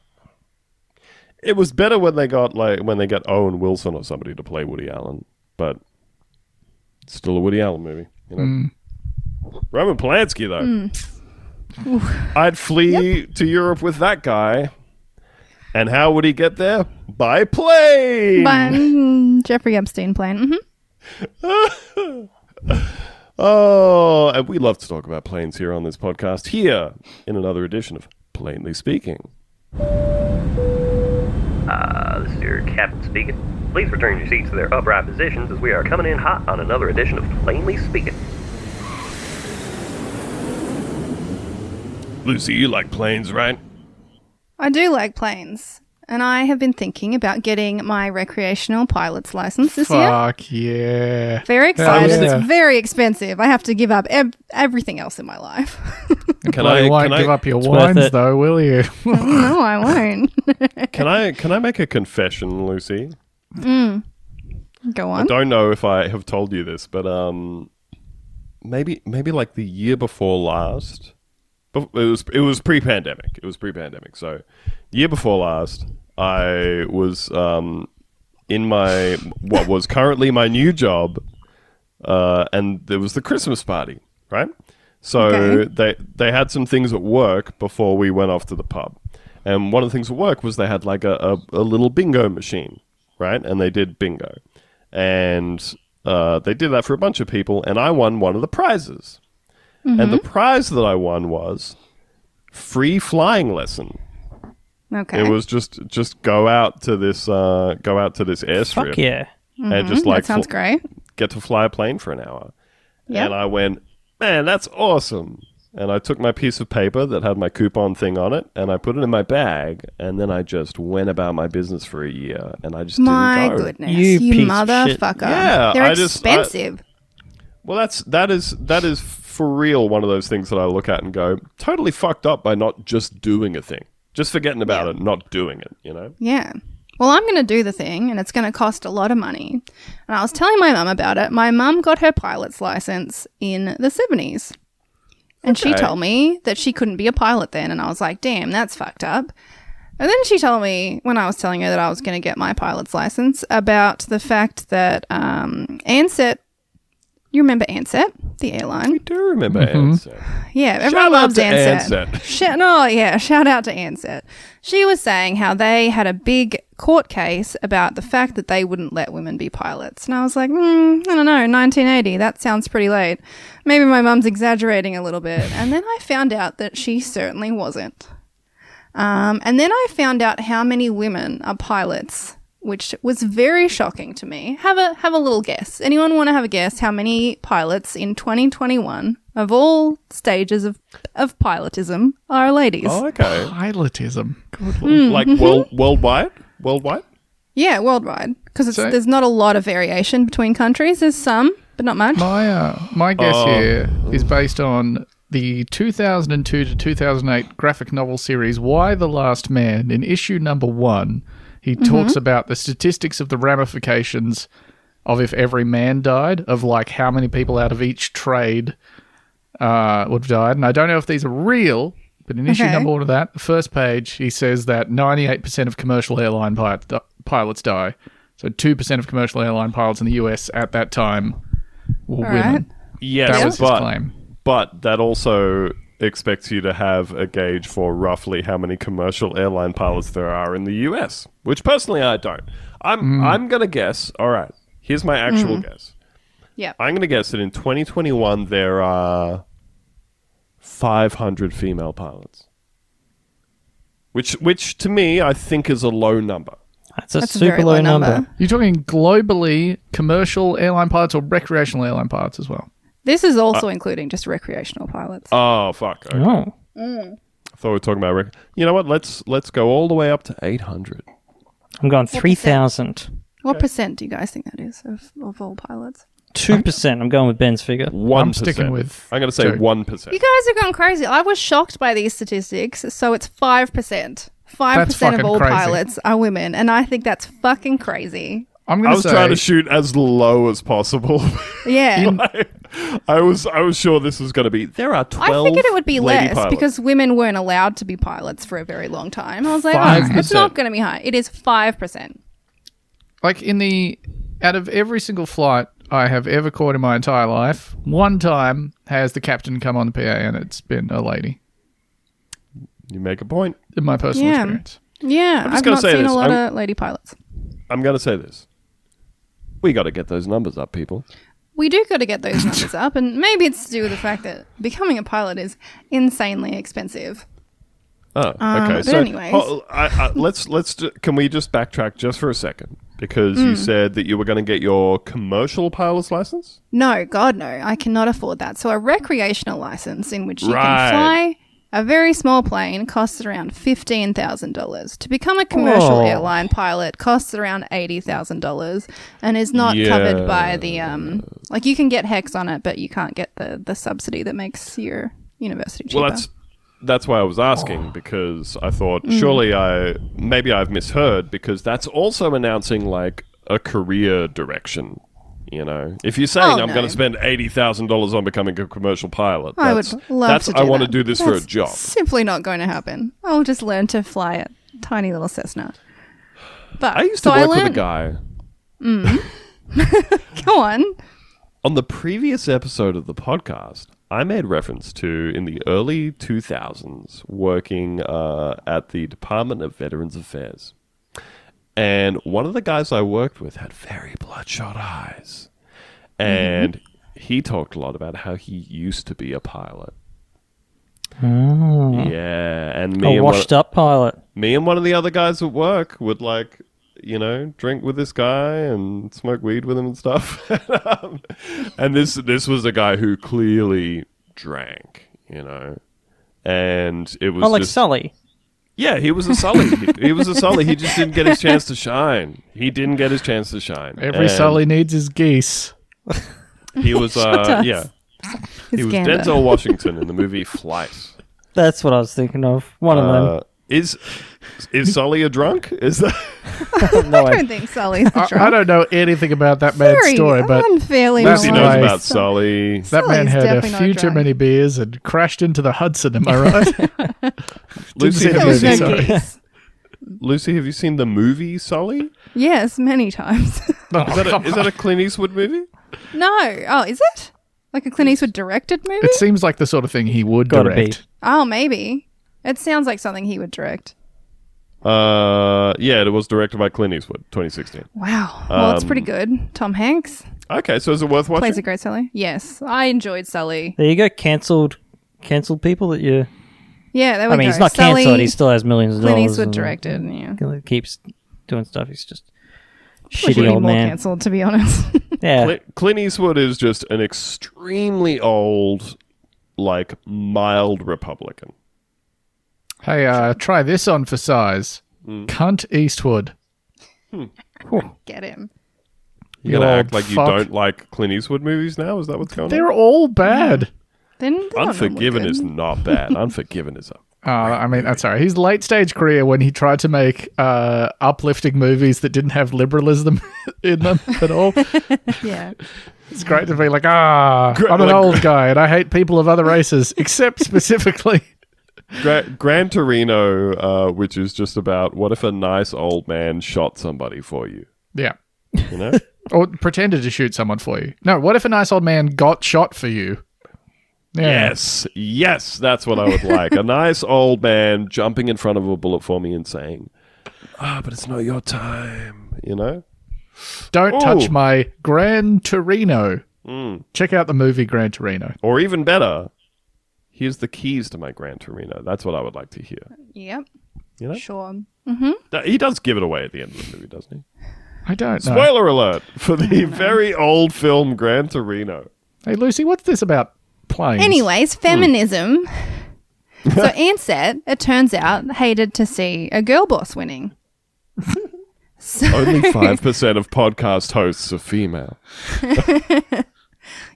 Speaker 3: It was better when they got like when they got Owen Wilson or somebody to play Woody Allen, but it's still a Woody Allen movie. You know?
Speaker 2: Mm.
Speaker 3: Roman Polanski though, I'd flee to Europe with that guy, and how would he get there? By plane.
Speaker 4: But mm, Jeffrey Epstein plan. hmm
Speaker 3: Oh, and we love to talk about planes here on this podcast. Here in another edition of Plainly Speaking.
Speaker 6: This is your captain speaking. Please return your seats to their upright positions as we are coming in hot on another edition of Plainly Speaking.
Speaker 3: Lucy, you like planes, right?
Speaker 4: I do like planes, and I have been thinking about getting my recreational pilot's license this year.
Speaker 2: Fuck yeah.
Speaker 4: Very excited.
Speaker 2: yeah.
Speaker 4: It's very expensive. I have to give up ev- everything else in my life.
Speaker 3: Can
Speaker 2: Well,
Speaker 3: I,
Speaker 2: you won't
Speaker 3: can,
Speaker 2: give
Speaker 3: I,
Speaker 2: up your
Speaker 5: worth
Speaker 2: wines,
Speaker 5: it.
Speaker 2: though, will you?
Speaker 4: no, I won't.
Speaker 3: can I can I make a confession, Lucy?
Speaker 4: Go
Speaker 3: I
Speaker 4: on.
Speaker 3: don't know if I have told you this, but um, maybe maybe like the year before last, bef- it was it was pre-pandemic. It was pre-pandemic. So, year before last, I was um, in my what was currently my new job, uh, and there was the Christmas party, right? So
Speaker 4: Okay.
Speaker 3: they they had some things at work before we went off to the pub, and one of the things at work was they had like a, a, a little bingo machine, right? And they did bingo, and uh, they did that for a bunch of people, and I won one of the prizes, and the
Speaker 4: Mm-hmm.
Speaker 3: prize that I won was free flying lesson.
Speaker 4: Okay.
Speaker 3: It was just just go out to this uh, go out to this airstrip
Speaker 5: Fuck yeah.
Speaker 3: and just like
Speaker 4: Mm-hmm. that sounds
Speaker 3: fl-
Speaker 4: great.
Speaker 3: get to fly a plane for an hour.
Speaker 4: Yeah.
Speaker 3: And I went, man, that's awesome. and I took my piece of paper that had my coupon thing on it, and I put it in my bag, and then I just went about my business for a year, and I just
Speaker 4: My
Speaker 3: didn't go.
Speaker 4: goodness,
Speaker 5: You
Speaker 4: you,
Speaker 5: piece of shit.
Speaker 4: motherfucker!
Speaker 3: Yeah,
Speaker 4: They're
Speaker 3: I just- I-
Speaker 4: expensive.
Speaker 3: Well, that's that is that is for real one of those things that I look at and go totally fucked up by not just doing a thing, just forgetting about it, not doing it. You know,
Speaker 4: Yeah. Well, I'm going to do the thing and it's going to cost a lot of money. And I was telling my mum about it. My mum got her pilot's license in the 70s. And she
Speaker 3: Okay.
Speaker 4: told me that she couldn't be a pilot then. And I was like, damn, that's fucked up. And then she told me when I was telling her that I was going to get my pilot's license about the fact that um, Ansett, you remember Ansett, the airline?
Speaker 3: I do remember
Speaker 2: Mm-hmm.
Speaker 3: Ansett.
Speaker 4: Yeah, everyone
Speaker 3: out
Speaker 4: loves
Speaker 3: to
Speaker 4: Ansett.
Speaker 3: Ansett.
Speaker 4: Shout- no, yeah, shout out to Ansett. She was saying how they had a big court case about the fact that they wouldn't let women be pilots. And I was like, mm, I don't know, 1980, that sounds pretty late. Maybe my mum's exaggerating a little bit. And then I found out that she certainly wasn't. Um, and then I found out how many women are pilots, which was very shocking to me. Have a have a little guess. Anyone want to have a guess how many pilots in 2021 of all stages of of pilotism are ladies?
Speaker 3: Oh, okay.
Speaker 2: Pilotism. Good lord.
Speaker 4: Mm-hmm.
Speaker 3: Like world, worldwide, worldwide.
Speaker 4: Yeah, worldwide because
Speaker 2: So-
Speaker 4: there's not a lot of variation between countries. There's some, but not much.
Speaker 2: My uh, my guess
Speaker 3: Oh.
Speaker 2: here is based on the 2002 to 2008 graphic novel series Why the Last Man. In issue number one, he
Speaker 4: Mm-hmm.
Speaker 2: talks about the statistics of the ramifications of if every man died, of like how many people out of each trade uh, would have died. And I don't know if these are real, but in issue
Speaker 4: Okay.
Speaker 2: number one of that, the first page, he says that 98% of commercial airline pi- pilots die. So 2% of commercial airline pilots in the US at that time were
Speaker 4: All
Speaker 2: women.
Speaker 4: right.
Speaker 3: Yes,
Speaker 2: That was his
Speaker 3: but
Speaker 2: claim.
Speaker 3: but that also expects you to have a gauge for roughly how many commercial airline pilots there are in the US, which personally I don't. I'm
Speaker 2: Mm.
Speaker 3: I'm going to guess. All right. Here's my actual guess.
Speaker 4: Yeah.
Speaker 3: I'm going to guess that in 2021 there are 500 female pilots. Which which to me I think is a low number.
Speaker 5: That's a
Speaker 4: That's a
Speaker 5: super
Speaker 4: very
Speaker 5: low,
Speaker 4: low
Speaker 5: number.
Speaker 4: number.
Speaker 2: You're talking globally commercial airline pilots or recreational airline pilots as well.
Speaker 4: This is also
Speaker 2: Uh.
Speaker 4: including just recreational pilots.
Speaker 3: Oh fuck. Okay.
Speaker 5: Oh,
Speaker 3: I thought we were talking about rec- You know what? Let's let's go all the way up to 800.
Speaker 5: I'm going three thousand.
Speaker 4: what percent do you guys think that is of, of all pilots?
Speaker 5: Two percent. I'm going with Ben's figure.
Speaker 3: One
Speaker 2: sticking with
Speaker 3: I'm going to say
Speaker 2: two.
Speaker 3: 1%.
Speaker 4: You guys have gone crazy. I was shocked by these statistics. So it's 5%. 5%
Speaker 2: fucking
Speaker 4: of all
Speaker 2: crazy.
Speaker 4: pilots are women. And I think that's fucking crazy.
Speaker 2: I'm
Speaker 3: I
Speaker 2: going
Speaker 3: was
Speaker 2: to
Speaker 3: trying
Speaker 2: say
Speaker 3: to shoot as low as possible.
Speaker 4: Yeah.
Speaker 3: I, I was I was sure this was going to be. There are
Speaker 4: I
Speaker 3: twelve.
Speaker 4: figured it would be
Speaker 3: lady
Speaker 4: less
Speaker 3: pilots.
Speaker 4: because women weren't allowed to be pilots for a very long time. I was like, oh, it's
Speaker 3: 5%.
Speaker 4: not going to be high. It is 5%.
Speaker 2: like in the out of every single flight I have ever caught in my entire life, one time has the captain come on the PA and it's been a lady.
Speaker 3: you make a point.
Speaker 2: In my personal
Speaker 4: Yeah.
Speaker 2: experience,
Speaker 4: Yeah.
Speaker 3: just
Speaker 4: I've
Speaker 3: gonna
Speaker 4: not
Speaker 3: say
Speaker 4: seen
Speaker 3: this.
Speaker 4: a lot
Speaker 3: I'm-
Speaker 4: of lady pilots.
Speaker 3: I'm going to say this. We got to get those numbers up, people.
Speaker 4: We do got to get those numbers up. And maybe it's to do with the fact that becoming a pilot is insanely expensive.
Speaker 3: Oh, okay.
Speaker 4: Um, but
Speaker 3: so
Speaker 4: anyways.
Speaker 3: oh, I, I, let's let's ju- can we just backtrack just for a second because
Speaker 4: Hmm.
Speaker 3: you said that you were going to get your commercial pilot's license.
Speaker 4: No, God, no. I cannot afford that. So, a recreational license in which you
Speaker 3: Right.
Speaker 4: can fly a very small plane costs around $15,000. To become a commercial
Speaker 5: Oh.
Speaker 4: airline pilot costs around $80,000 and is not covered by the, um, like, you can get hex on it, but you can't get the, the subsidy that makes your university cheaper.
Speaker 3: Well, that's that's why I was asking
Speaker 4: Oh.
Speaker 3: because
Speaker 4: Hmm.
Speaker 3: I thought surely I maybe I've misheard because that's also announcing like a career direction. You know, if you're saying
Speaker 4: Oh,
Speaker 3: I'm
Speaker 4: no.
Speaker 3: going to spend eighty thousand dollars on becoming a commercial pilot,
Speaker 4: I would
Speaker 3: that's,
Speaker 4: love
Speaker 3: that's
Speaker 4: to. Do
Speaker 3: I want to
Speaker 4: that.
Speaker 3: do this for a
Speaker 4: That's
Speaker 3: job.
Speaker 4: Simply not going to happen. I'll just learn to fly a tiny little Cessna. But
Speaker 3: I used to
Speaker 4: so
Speaker 3: work with a
Speaker 4: learned-
Speaker 3: guy
Speaker 4: Go on.
Speaker 3: on the previous episode of the podcast. I made reference to in the early 2000s working uh, at the Department of Veterans Affairs. And one of the guys I worked with had very bloodshot eyes. And
Speaker 5: Mm-hmm.
Speaker 3: he talked a lot about how he used to be a pilot. Yeah, and me
Speaker 5: Oh. A
Speaker 3: and one,
Speaker 5: washed up pilot.
Speaker 3: me and one of the other guys at work would like, you know, drink with this guy and smoke weed with him and stuff. Um, and this this was a guy who clearly drank. you know. And it was
Speaker 5: Oh, like
Speaker 3: just,
Speaker 5: Sully.
Speaker 3: yeah, he was a Sully. he, he was a Sully. He just didn't get his chance to shine. He didn't get his chance to shine.
Speaker 2: Every
Speaker 3: And
Speaker 2: Sully needs his geese.
Speaker 3: He was, uh,
Speaker 4: does.
Speaker 3: yeah, he
Speaker 4: It's
Speaker 3: was
Speaker 4: Gander.
Speaker 3: Denzel Washington in the movie Flight.
Speaker 5: That's what I was thinking of. One
Speaker 3: Uh,
Speaker 5: of
Speaker 3: is is Sully a drunk? Is that
Speaker 5: them. No
Speaker 4: I
Speaker 5: way.
Speaker 4: don't think Sully's a
Speaker 2: I,
Speaker 4: drunk.
Speaker 2: I don't know anything about that man's
Speaker 4: Very
Speaker 2: story, but
Speaker 4: unfairly
Speaker 2: that's
Speaker 3: he
Speaker 2: Sully.
Speaker 3: knows
Speaker 4: maligned.
Speaker 3: about Sully?
Speaker 2: that man
Speaker 4: Sully's
Speaker 2: had
Speaker 4: definitely
Speaker 2: a
Speaker 4: not
Speaker 2: few too
Speaker 4: drunk.
Speaker 2: many beers and crashed into the Hudson. Am I right?
Speaker 3: Lucy,
Speaker 2: Didn't
Speaker 3: have
Speaker 4: There
Speaker 3: you
Speaker 4: was
Speaker 3: seen,
Speaker 2: Sully,
Speaker 4: no
Speaker 2: sorry.
Speaker 4: geese.
Speaker 3: Lucy, have you seen the movie Sully?
Speaker 4: Yes, many times.
Speaker 2: Oh,
Speaker 3: Is that
Speaker 2: come
Speaker 3: a, is
Speaker 2: on.
Speaker 3: that a Clint Eastwood movie?
Speaker 4: no. Oh, is it? Like a Clint Eastwood directed movie?
Speaker 2: It seems like the sort of thing he would
Speaker 5: Gotta be.
Speaker 2: direct.
Speaker 4: Oh, maybe. It sounds like something he would direct.
Speaker 3: Uh, yeah, it was directed by Clint Eastwood, 2016.
Speaker 4: Wow. Well, it's
Speaker 3: Um,
Speaker 4: pretty good. Tom Hanks
Speaker 3: Okay, so is it worth watching?
Speaker 4: plays a great Sully. Yes, I enjoyed Sully.
Speaker 5: There you go. Cancelled, cancelled people that you.
Speaker 4: Yeah, there we
Speaker 5: I mean,
Speaker 4: go.
Speaker 5: he's not
Speaker 4: Sully,
Speaker 5: cancelled. He still has millions of
Speaker 4: Clint
Speaker 5: dollars.
Speaker 4: Eastwood
Speaker 5: and
Speaker 4: directed. Yeah,
Speaker 5: Keeps doing stuff. He's just
Speaker 4: We should
Speaker 5: shitty
Speaker 4: be
Speaker 5: old
Speaker 4: more
Speaker 5: man.
Speaker 4: cancelled, to be honest.
Speaker 5: Yeah.
Speaker 3: Clint, Clint Eastwood is just an extremely old, like mild Republican.
Speaker 2: Hey, uh, try this on for size.
Speaker 5: Mm.
Speaker 2: Cunt Eastwood.
Speaker 4: Get him.
Speaker 3: You're gonna
Speaker 2: You old
Speaker 3: act like you
Speaker 2: fuck.
Speaker 3: don't like Clint Eastwood movies now? Is that what's going on?
Speaker 2: They're all bad.
Speaker 4: Then they're not normally
Speaker 3: Unforgiven
Speaker 4: good.
Speaker 3: is not bad. Unforgiven is a
Speaker 2: Uh, I mean, that's sorry. His late stage career when he tried to make uh, uplifting movies that didn't have liberalism in them at all.
Speaker 4: yeah.
Speaker 2: It's great to be like, ah,
Speaker 3: Gra-
Speaker 2: I'm an
Speaker 3: like-
Speaker 2: old guy and I hate people of other races, except specifically.
Speaker 3: Gra- Gran Torino, uh, which is just about what if a nice old man shot somebody for you?
Speaker 2: Yeah.
Speaker 3: You know,
Speaker 2: Or pretended to shoot someone for you. No, what if a nice old man got shot for you? Yeah.
Speaker 3: yes, yes, that's what I would like. a nice old man jumping in front of a bullet for me and saying, "Ah, but it's not your time." You know,
Speaker 2: Don't
Speaker 3: Ooh. Hmm.
Speaker 2: touch my Gran Torino. Check out the movie Gran Torino.
Speaker 3: or even better, here's the keys to my Gran Torino. That's what I would like to hear.
Speaker 4: Yep.
Speaker 3: You know?
Speaker 4: Sure.
Speaker 3: That- He does give it away at the end of the movie, doesn't he?
Speaker 2: I don't know.
Speaker 3: Spoiler alert for the very old film Gran Torino.
Speaker 2: Hey, Lucy, what's this about planes?
Speaker 4: Anyways,
Speaker 5: Hmm.
Speaker 4: feminism. so Ansett, it turns out, hated to see a girl boss winning.
Speaker 3: Only five percent of podcast hosts are female.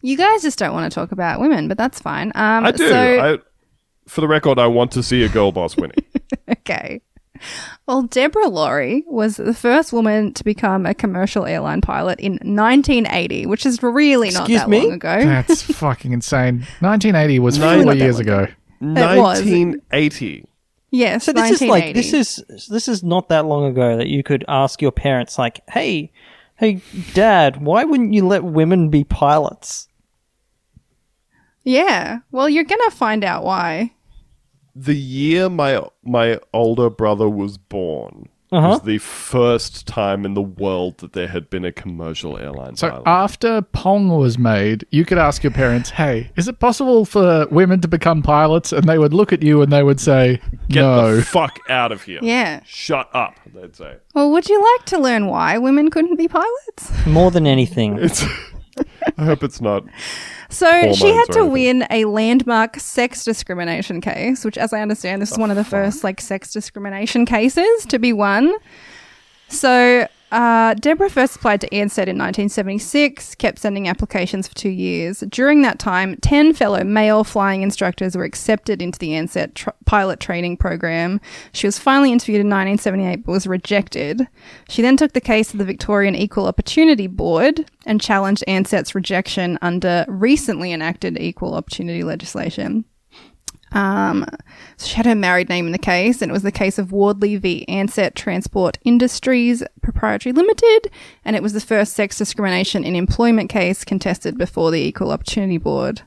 Speaker 4: You guys just don't want to talk about women, but that's fine. Um,
Speaker 3: I do.
Speaker 4: So,
Speaker 3: I, for the record, I want to see a girl boss winning.
Speaker 4: Okay. Well, Deborah Laurie was the first woman to become a commercial airline pilot in 1980, which is really not
Speaker 5: Excuse
Speaker 4: that
Speaker 5: me?
Speaker 4: long ago.
Speaker 2: That's fucking insane. 1980 was
Speaker 3: Nine-
Speaker 2: four years ago.
Speaker 4: was.
Speaker 3: 1980.
Speaker 4: Yes,
Speaker 5: So this is
Speaker 4: 1980.
Speaker 5: like this is this is not that long ago that you could ask your parents like, "Hey, hey, Dad, why wouldn't you let women be pilots?"
Speaker 4: yeah. Well, you're gonna find out why.
Speaker 3: The year my my older brother was born was the first time in the world that there had been a commercial airline
Speaker 2: So
Speaker 3: pilot.
Speaker 2: after Pong was made, you could ask your parents, "Hey, is it possible for women to become pilots?" And they would look at you and they would say,
Speaker 3: Get
Speaker 2: "No."
Speaker 3: the fuck out of here.
Speaker 4: Yeah.
Speaker 3: Shut up, they'd say.
Speaker 4: Well, would you like to learn why women couldn't be pilots?
Speaker 5: More than anything,
Speaker 3: It's I hope it's not.
Speaker 4: So
Speaker 3: Hormones
Speaker 4: she had
Speaker 3: or
Speaker 4: to
Speaker 3: anything.
Speaker 4: win a landmark sex discrimination case, which, as I understand, this is one of the first like sex discrimination cases to be won. So uh, Deborah first applied to ANSET in 1976, kept sending applications for two years. During that time, 10 fellow male flying instructors were accepted into the ANSET tr- pilot training program. She was finally interviewed in 1978 but was rejected. She then took the case to the Victorian Equal Opportunity Board and challenged ANSET's rejection under recently enacted equal opportunity legislation. Um, so she had her married name in the case, and it was the case of Wardley v. Ansett Transport Industries Proprietary Limited, and it was the first sex discrimination in employment case contested before the Equal Opportunity Board.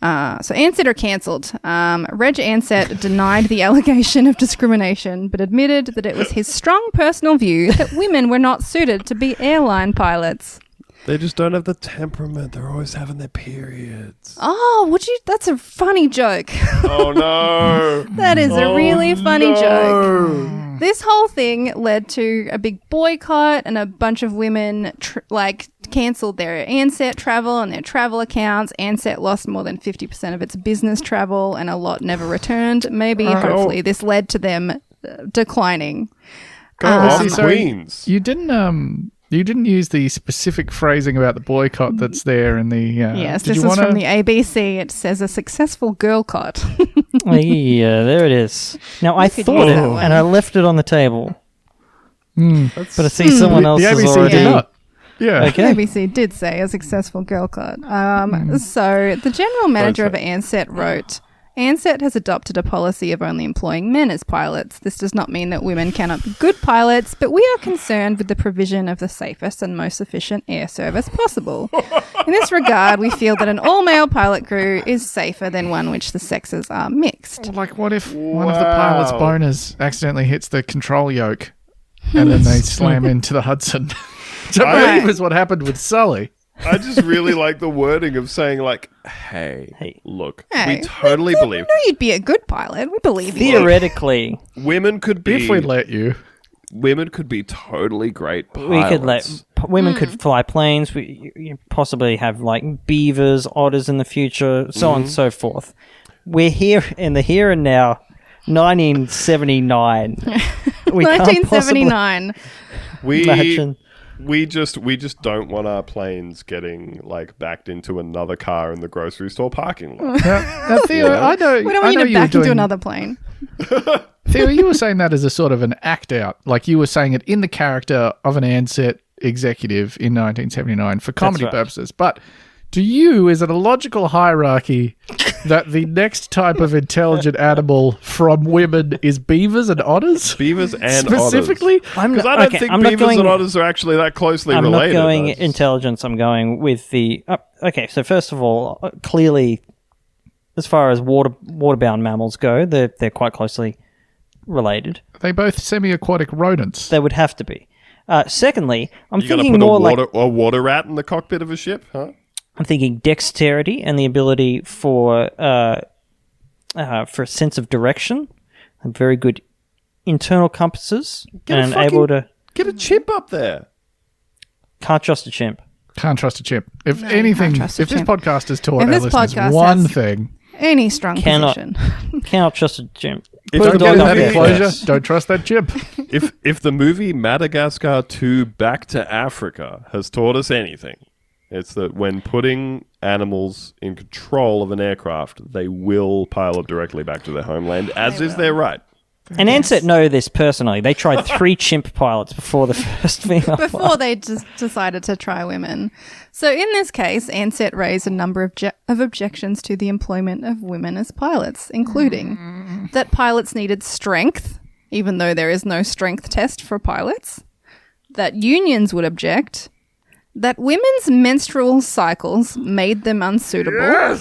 Speaker 4: Uh, so Ansett are cancelled. Um, Reg Ansett denied the allegation of discrimination, but admitted that it was his strong personal view that women were not suited to be airline pilots.
Speaker 3: They just don't have the temperament. They're always having their periods.
Speaker 4: Oh, would you? That's a funny joke.
Speaker 3: oh no.
Speaker 2: Oh,
Speaker 4: that is a really funny joke. This whole thing led to a big boycott, and a bunch of women tr- like cancelled their Ansett travel and their travel accounts. Ansett lost more than fifty percent of its business travel, and a lot never returned. Maybe,
Speaker 2: Uh-huh.
Speaker 4: hopefully, this led to them uh, declining.
Speaker 3: Go
Speaker 4: Oh,
Speaker 2: See,
Speaker 3: on,
Speaker 2: so
Speaker 3: Queens.
Speaker 2: You didn't um you didn't use the specific phrasing about the boycott that's there in the uh,
Speaker 4: yes,
Speaker 2: did
Speaker 4: this
Speaker 2: you
Speaker 4: is
Speaker 2: wanna-
Speaker 4: from the ABC. It says a successful girl cot.
Speaker 5: yeah, there it is. Now I
Speaker 4: could
Speaker 5: thought
Speaker 4: use
Speaker 5: it,
Speaker 4: that one.
Speaker 5: and I left it on the table. But I
Speaker 4: Hmm.
Speaker 5: see
Speaker 2: Hmm.
Speaker 5: someone
Speaker 2: the
Speaker 5: else has
Speaker 2: ABC
Speaker 5: already.
Speaker 2: did not. Yeah.
Speaker 5: Okay.
Speaker 4: ABC did say a successful girl card. Um, So the general manager of
Speaker 3: Both
Speaker 4: Ansett wrote, Ansett has adopted a policy of only employing men as pilots. This does not mean that women cannot be good pilots, but we are concerned with the provision of the safest and most efficient air service possible. In this regard, we feel that an all-male pilot crew is safer than one which the sexes are mixed.
Speaker 2: Like, what if one of the pilot's
Speaker 3: Wow.
Speaker 2: boners accidentally hits the control yoke and then they slam into the Hudson? Which I
Speaker 4: Right.
Speaker 2: believe is what happened with Sully.
Speaker 3: I just really like the wording of saying like, "Hey,
Speaker 5: Hey.
Speaker 3: look,
Speaker 4: Hey,
Speaker 3: we totally believe
Speaker 4: No, you'd be a good pilot. We believe you.
Speaker 5: Theoretically,
Speaker 3: women could be
Speaker 2: If we let you.
Speaker 3: women could be totally great pilots.
Speaker 5: we could let p- women could fly planes. We you, you possibly have like beavers, otters in the future, so
Speaker 3: Mm-hmm.
Speaker 5: on and so forth. We're here in the here and now, 1979. We can't possibly
Speaker 4: 1979.
Speaker 3: we
Speaker 5: imagine.
Speaker 3: we just we just don't want our planes getting like backed into another car in the grocery store parking lot.
Speaker 2: Now, now, Theo, I know,
Speaker 4: We don't want
Speaker 2: I know
Speaker 4: you to
Speaker 2: you were
Speaker 4: back into
Speaker 2: doing-
Speaker 4: another plane.
Speaker 2: Theo, you were saying that as a sort of an act out. Like, you were saying it in the character of an Ansett executive in 1979 for comedy
Speaker 5: right.
Speaker 2: purposes. But to you, is it a logical hierarchy that the next type of intelligent animal from women is beavers and otters?
Speaker 3: Beavers and
Speaker 2: Specifically?
Speaker 5: I'm
Speaker 3: because
Speaker 5: not-
Speaker 3: I don't
Speaker 5: okay,
Speaker 3: think
Speaker 5: I'm not
Speaker 3: beavers
Speaker 5: going-
Speaker 3: and otters are actually that closely
Speaker 5: I'm
Speaker 3: related.
Speaker 5: not going
Speaker 3: That's-
Speaker 5: intelligence. I'm going with the. Uh, okay, so first of all, uh, clearly, as far as water waterbound mammals go, they're they're quite closely related.
Speaker 2: They both semi-aquatic rodents.
Speaker 5: They would have to be. Uh, secondly, I'm
Speaker 3: You're gonna
Speaker 5: thinking
Speaker 3: put a
Speaker 5: more like
Speaker 3: water a water rat in the cockpit of a ship, huh?
Speaker 5: I'm thinking dexterity and the ability for uh, uh, for a sense of direction. And very good internal compasses
Speaker 3: Get a
Speaker 5: and
Speaker 3: fucking-
Speaker 5: able to
Speaker 3: Get a chip up there.
Speaker 5: can't trust a chimp.
Speaker 2: Can't trust a chimp. If
Speaker 4: you can't
Speaker 2: anything, if
Speaker 4: trust a
Speaker 2: this
Speaker 4: chimp.
Speaker 2: podcast has taught
Speaker 4: If
Speaker 2: our
Speaker 4: this
Speaker 2: listeners
Speaker 4: podcast
Speaker 2: one
Speaker 4: has-
Speaker 2: thing,
Speaker 4: Any strong
Speaker 5: Cannot.
Speaker 4: position.
Speaker 5: Cannot trust a chimp.
Speaker 3: If
Speaker 5: Put
Speaker 2: don't
Speaker 5: a
Speaker 3: the
Speaker 2: get
Speaker 5: dog
Speaker 2: in
Speaker 5: up
Speaker 2: that
Speaker 5: there
Speaker 2: enclosure.
Speaker 5: first.
Speaker 2: Don't trust that chimp.
Speaker 3: if if the movie Madagascar 2 Back to Africa has taught us anything, it's that when putting animals in control of an aircraft, they will pilot directly back to their homeland, as is their right.
Speaker 5: And Ansett know this personally. They tried three chimp pilots before the first female.
Speaker 4: before they just decided to try women. So in this case, Ansett raised a number of, obje- of objections to the employment of women as pilots, including that pilots needed strength, even though there is no strength test for pilots, that unions would object, that women's menstrual cycles made them unsuitable.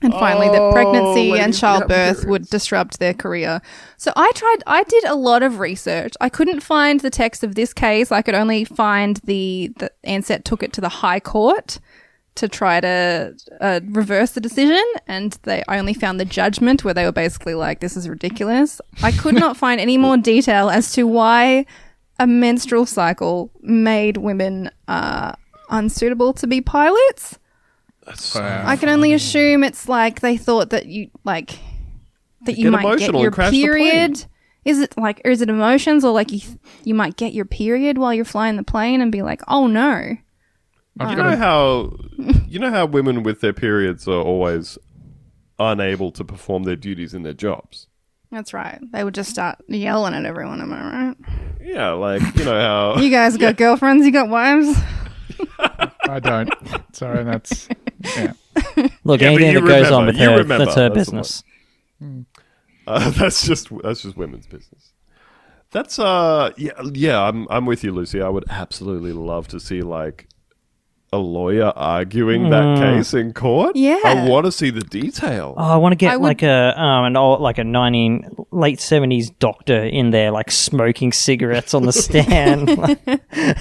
Speaker 4: And finally, that pregnancy and childbirth would disrupt their career. So I tried, I did a lot of research. I couldn't find the text of this case. I could only find the, the Ansett took it to the High Court to try to uh, reverse the decision. And they, I only found the judgment where they were basically like, this is ridiculous. I could not find any more detail as to why a menstrual cycle made women uh, unsuitable to be pilots. I can only assume it's like they thought that you like that you
Speaker 3: get
Speaker 4: might get
Speaker 3: emotional and
Speaker 4: your
Speaker 3: crash the
Speaker 4: period. Is it like, or is it emotions, or like you th- you might get your period while you're flying the plane and be like, oh no,
Speaker 2: I've got
Speaker 3: You know
Speaker 2: a,
Speaker 3: how you know how women with their periods are always unable to perform their duties in their jobs.
Speaker 4: that's right. They would just start yelling at everyone. Am I right?
Speaker 3: Yeah, like you know how
Speaker 4: You guys got girlfriends? You got wives?
Speaker 2: I don't. Sorry, that's yeah.
Speaker 5: Look,
Speaker 3: Yeah, but
Speaker 5: anything
Speaker 3: you
Speaker 5: that goes
Speaker 3: remember,
Speaker 5: on with
Speaker 3: you
Speaker 5: her,
Speaker 3: remember,
Speaker 5: that's her
Speaker 3: that's the
Speaker 5: business.
Speaker 3: Uh, that's just that's just women's business. That's uh yeah yeah I'm I'm with you Lucy. I would absolutely love to see like a lawyer arguing that case in court.
Speaker 4: Yeah.
Speaker 3: I want to see the detail.
Speaker 5: Oh, I want to
Speaker 4: I
Speaker 5: get
Speaker 4: would-
Speaker 5: like a um, an old like a nineteen late seventies doctor in there, like smoking cigarettes on the stand, like,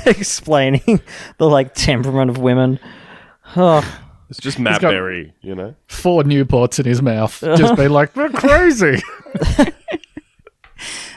Speaker 5: explaining the like temperament of women. Oh,
Speaker 3: it's just Matt
Speaker 2: got-
Speaker 3: Berry, you know.
Speaker 2: Four Newports in his mouth. Just be like, we're crazy.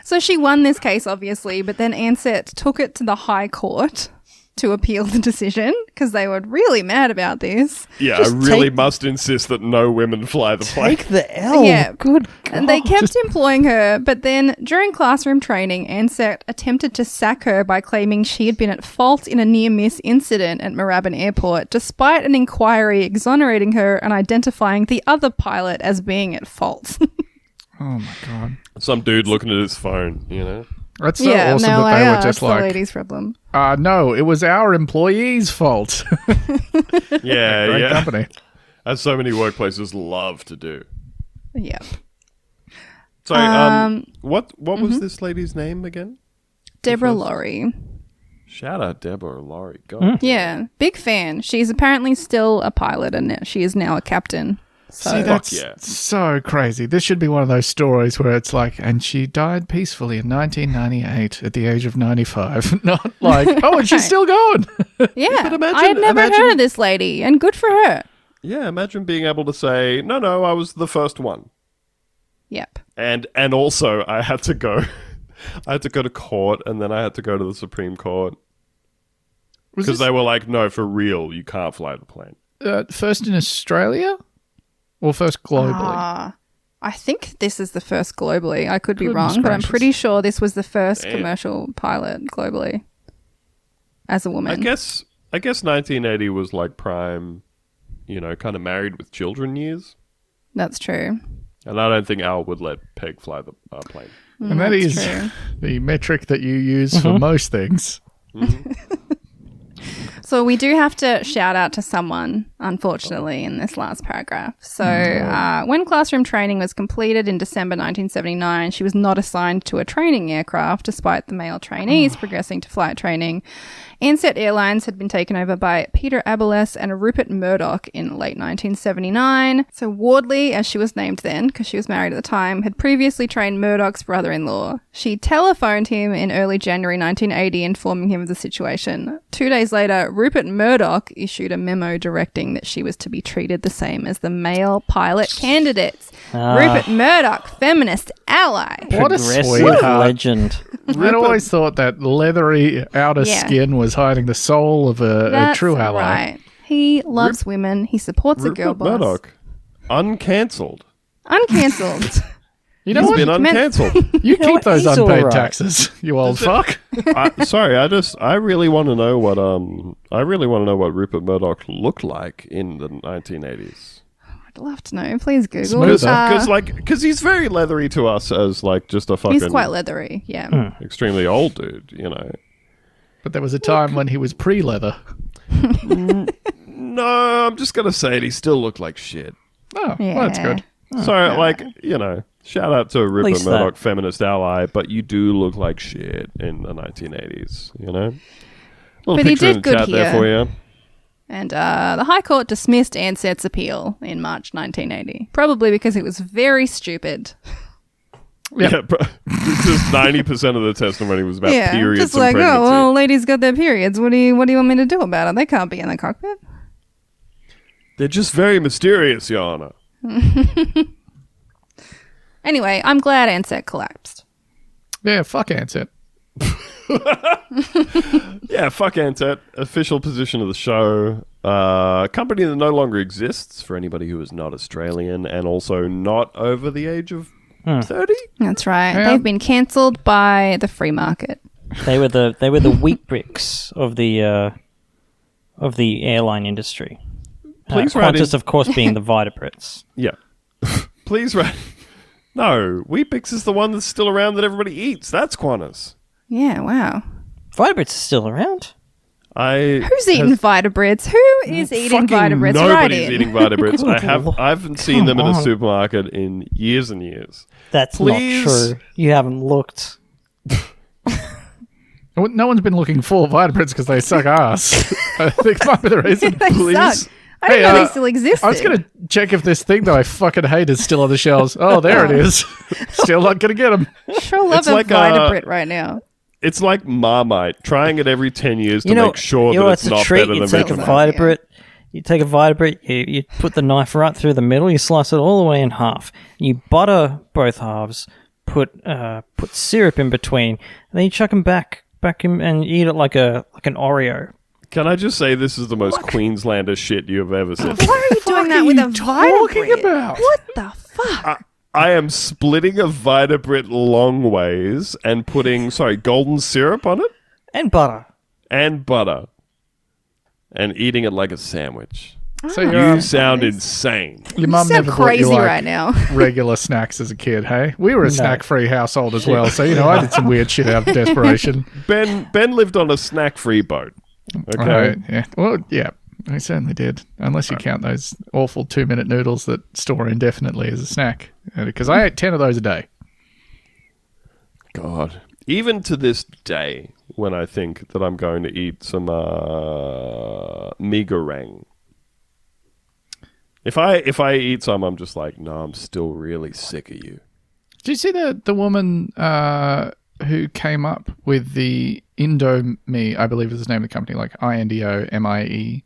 Speaker 4: So she won this case, obviously, but then Ansett took it to the High Court to appeal the decision because they were really mad about this.
Speaker 3: Yeah,
Speaker 5: Just
Speaker 3: I really
Speaker 5: take-
Speaker 3: must insist that no women fly the plane.
Speaker 5: Take the L.
Speaker 4: Yeah.
Speaker 5: Good
Speaker 4: And they
Speaker 5: God.
Speaker 4: kept employing her, but then during classroom training, Ansett attempted to sack her by claiming she had been at fault in a near miss incident at Moorabbin Airport, despite an inquiry exonerating her and identifying the other pilot as being at fault.
Speaker 2: Oh my god,
Speaker 3: Some dude looking at his phone, you know.
Speaker 2: that's so awesome
Speaker 4: no,
Speaker 2: that they
Speaker 4: I,
Speaker 2: were
Speaker 4: uh,
Speaker 2: just
Speaker 4: that's the
Speaker 2: like,
Speaker 4: lady's problem.
Speaker 2: uh, no, it was our employee's fault.
Speaker 3: Yeah,
Speaker 2: Great
Speaker 3: yeah.
Speaker 2: company.
Speaker 3: As so many workplaces love to do.
Speaker 4: Yep.
Speaker 3: So, um, what what was this lady's name again?
Speaker 4: Deborah Laurie.
Speaker 3: Shout out Deborah Laurie. God.
Speaker 4: Yeah, big fan. She's apparently still a pilot, and now- she is now a captain. So
Speaker 2: See, that's
Speaker 3: yeah.
Speaker 2: so crazy. This should be one of those stories where it's like, and she died peacefully in 1998 at the age of 95. Not like, oh, and she's still going.
Speaker 4: yeah,
Speaker 2: imagine-
Speaker 4: I had never
Speaker 2: imagine-
Speaker 4: heard of this lady, and good for her.
Speaker 3: Yeah, imagine being able to say, "No, no, I was the first one."
Speaker 4: Yep.
Speaker 3: And and also I had to go I had to go to court and then I had to go to the Supreme Court
Speaker 2: Was
Speaker 3: because
Speaker 2: this
Speaker 3: they were like, "No, for real, you can't fly the plane."
Speaker 2: uh, first in Australia? Or first globally?
Speaker 4: Ah, I think this is the first globally. I could be
Speaker 2: Goodness
Speaker 4: wrong, but I'm
Speaker 2: gracious.
Speaker 4: pretty sure this was the first
Speaker 3: Damn.
Speaker 4: commercial pilot globally as a
Speaker 3: I
Speaker 2: Mm.
Speaker 4: woman.
Speaker 3: guess I guess 1980 was like prime, you know, kind of married with children years.
Speaker 4: That's true.
Speaker 3: And I don't think Al would let Peg fly the uh, plane.
Speaker 2: and that
Speaker 4: Mm, that's
Speaker 2: is
Speaker 4: true.
Speaker 2: the metric that you use for most things.
Speaker 4: So we do have to shout out to someone, unfortunately, in this last paragraph. So
Speaker 2: Mm.
Speaker 4: uh, when classroom training was completed in December 1979, she was not assigned to a training aircraft, despite the male
Speaker 2: Oh.
Speaker 4: trainees progressing to flight training. Ansett Airlines had been taken over by Peter Abeles and Rupert Murdoch in late 1979. So Wardley, as she was named then, because she was married at the time, had previously trained Murdoch's brother-in-law. She telephoned him in early January 1980, informing him of the situation. Two days later, Rupert Murdoch issued a memo directing that she was to be treated the same as the male pilot candidates.
Speaker 2: Ah.
Speaker 4: Rupert Murdoch, feminist ally.
Speaker 2: What a
Speaker 5: Progressive
Speaker 2: sweetheart.
Speaker 5: legend.
Speaker 2: I'd always thought that leathery outer
Speaker 4: Yeah.
Speaker 2: skin was hiding the soul of a, a
Speaker 4: That's
Speaker 2: true ally.
Speaker 4: Right. He loves women. He supports a girl
Speaker 3: Rupert
Speaker 4: boss.
Speaker 3: Murdoch, uncancelled.
Speaker 4: Uncancelled.
Speaker 2: You
Speaker 3: He's
Speaker 2: know
Speaker 3: been
Speaker 2: what?
Speaker 3: uncancelled.
Speaker 2: You
Speaker 5: know
Speaker 2: keep
Speaker 5: what?
Speaker 2: those
Speaker 5: He's all
Speaker 2: unpaid
Speaker 5: right.
Speaker 2: taxes, you old fuck.
Speaker 3: I, sorry, I just I really want to know what um I really want to know what Rupert Murdoch looked like in the 1980s.
Speaker 4: I'd love to know. Please Google.
Speaker 2: Smoother.
Speaker 4: Uh,
Speaker 3: Because like because he's very leathery to us as like just a fucking
Speaker 4: he's quite leathery. Yeah.
Speaker 3: Hmm. extremely old dude, you know.
Speaker 2: But there was a time when he was pre leather.
Speaker 3: No, I'm just gonna say it. He still looked like shit.
Speaker 2: Oh, well, that's good.
Speaker 3: so like you know, shout out to Rupert
Speaker 5: least
Speaker 3: Murdoch,
Speaker 5: that-
Speaker 3: feminist ally, but you do look like shit in the 1980s. You know, little
Speaker 4: But he
Speaker 3: picture
Speaker 4: did
Speaker 3: in the
Speaker 4: good
Speaker 3: chat there
Speaker 4: here.
Speaker 3: for you.
Speaker 4: And uh, the High Court dismissed Ansett's appeal in March 1980, probably because it was very stupid.
Speaker 2: Yep.
Speaker 3: Yeah, but just ninety percent of the testimony was about periods
Speaker 4: just like
Speaker 3: and
Speaker 4: oh
Speaker 3: pregnancy.
Speaker 4: well, ladies got their periods. What do you What do you want me to do about it? They can't be in the cockpit.
Speaker 3: They're just very mysterious, Your Honor.
Speaker 4: Anyway, I'm glad Ansett collapsed.
Speaker 2: Yeah, fuck Ansett.
Speaker 3: Yeah, fuck Antet. Official position of the show. Uh, company that no longer exists for anybody who is not Australian and also not over the age of
Speaker 4: Hmm.
Speaker 3: thirty.
Speaker 4: That's right.
Speaker 2: Yeah.
Speaker 4: They've been cancelled by the free market.
Speaker 5: They were the they were the wheat bricks of the uh, of the airline industry.
Speaker 3: Please
Speaker 5: uh,
Speaker 3: write in-
Speaker 5: Qantas, of course, being the Vitapritz.
Speaker 3: Yeah. Please write. No, Weepix is the one that's still around that everybody eats. That's Qantas.
Speaker 4: Yeah. Wow.
Speaker 5: Vitapritz is still around.
Speaker 3: I
Speaker 4: Who's eating Vitabreads? Who is eating
Speaker 3: fucking
Speaker 4: Vitabreads? Right
Speaker 3: nobody's
Speaker 4: in.
Speaker 3: eating Vitabreads. I have
Speaker 5: Lord.
Speaker 3: I haven't seen them in
Speaker 5: Come
Speaker 3: a
Speaker 5: on.
Speaker 3: supermarket in years and years.
Speaker 5: That's
Speaker 3: Please.
Speaker 5: not true. You haven't looked.
Speaker 2: Well, No one's been looking for Vitabreads because they suck ass. I think might be the reason.
Speaker 4: They suck. I didn't
Speaker 2: Hey,
Speaker 4: know
Speaker 2: uh,
Speaker 4: they still existed.
Speaker 2: I was going to check if this thing that I fucking hate is still on the shelves. Oh, there it is. still not going to get them.
Speaker 4: Sure love
Speaker 3: It's
Speaker 4: a
Speaker 3: like, uh,
Speaker 4: Vitabrit right now.
Speaker 3: It's like Marmite, trying it every ten years to
Speaker 5: you know,
Speaker 3: make sure
Speaker 5: you know
Speaker 3: that
Speaker 5: what's
Speaker 3: it's
Speaker 5: a
Speaker 3: not
Speaker 5: treat.
Speaker 3: better
Speaker 5: You
Speaker 3: than
Speaker 5: take
Speaker 4: making
Speaker 5: a
Speaker 3: Vegemite.
Speaker 4: fun.
Speaker 5: Vitabrit, you take a Vitabrit, you, you put the knife right through the middle, you slice it all the way in half. You butter both halves, put uh, put syrup in between, and then you chuck them back back in and eat it like a like an Oreo.
Speaker 3: Can I just say this is the most Queenslander shit you have ever seen?
Speaker 4: Why are you doing that
Speaker 2: are
Speaker 4: with
Speaker 2: you
Speaker 4: a
Speaker 2: talking
Speaker 4: Vitagrid?
Speaker 2: about?
Speaker 4: What the fuck?
Speaker 3: I am splitting a Vitaprit long ways and putting sorry golden syrup on it
Speaker 5: and butter.
Speaker 3: and butter and eating it like a sandwich.
Speaker 2: So your,
Speaker 3: You sound insane.
Speaker 2: your mum
Speaker 4: Ah. so
Speaker 2: never bought you
Speaker 4: crazy
Speaker 2: like
Speaker 4: right now.
Speaker 2: regular snacks as a kid, hey? We were a snack-free household as well, so you know I did some weird shit out of desperation.
Speaker 3: Ben Ben lived on a snack free boat. Okay.
Speaker 2: Right, yeah. Well, yeah, I certainly did. Unless you count those awful two-minute noodles that store indefinitely as a snack, because I ate ten of those a day.
Speaker 3: God. Even to this day, when I think that I'm going to eat some uh, mee goreng, if I if I eat some, I'm just like, no, I'm still really sick of you.
Speaker 2: Did you see the the woman uh, who came up with the Indomie? I believe is the name of the company, like I N D O M I E,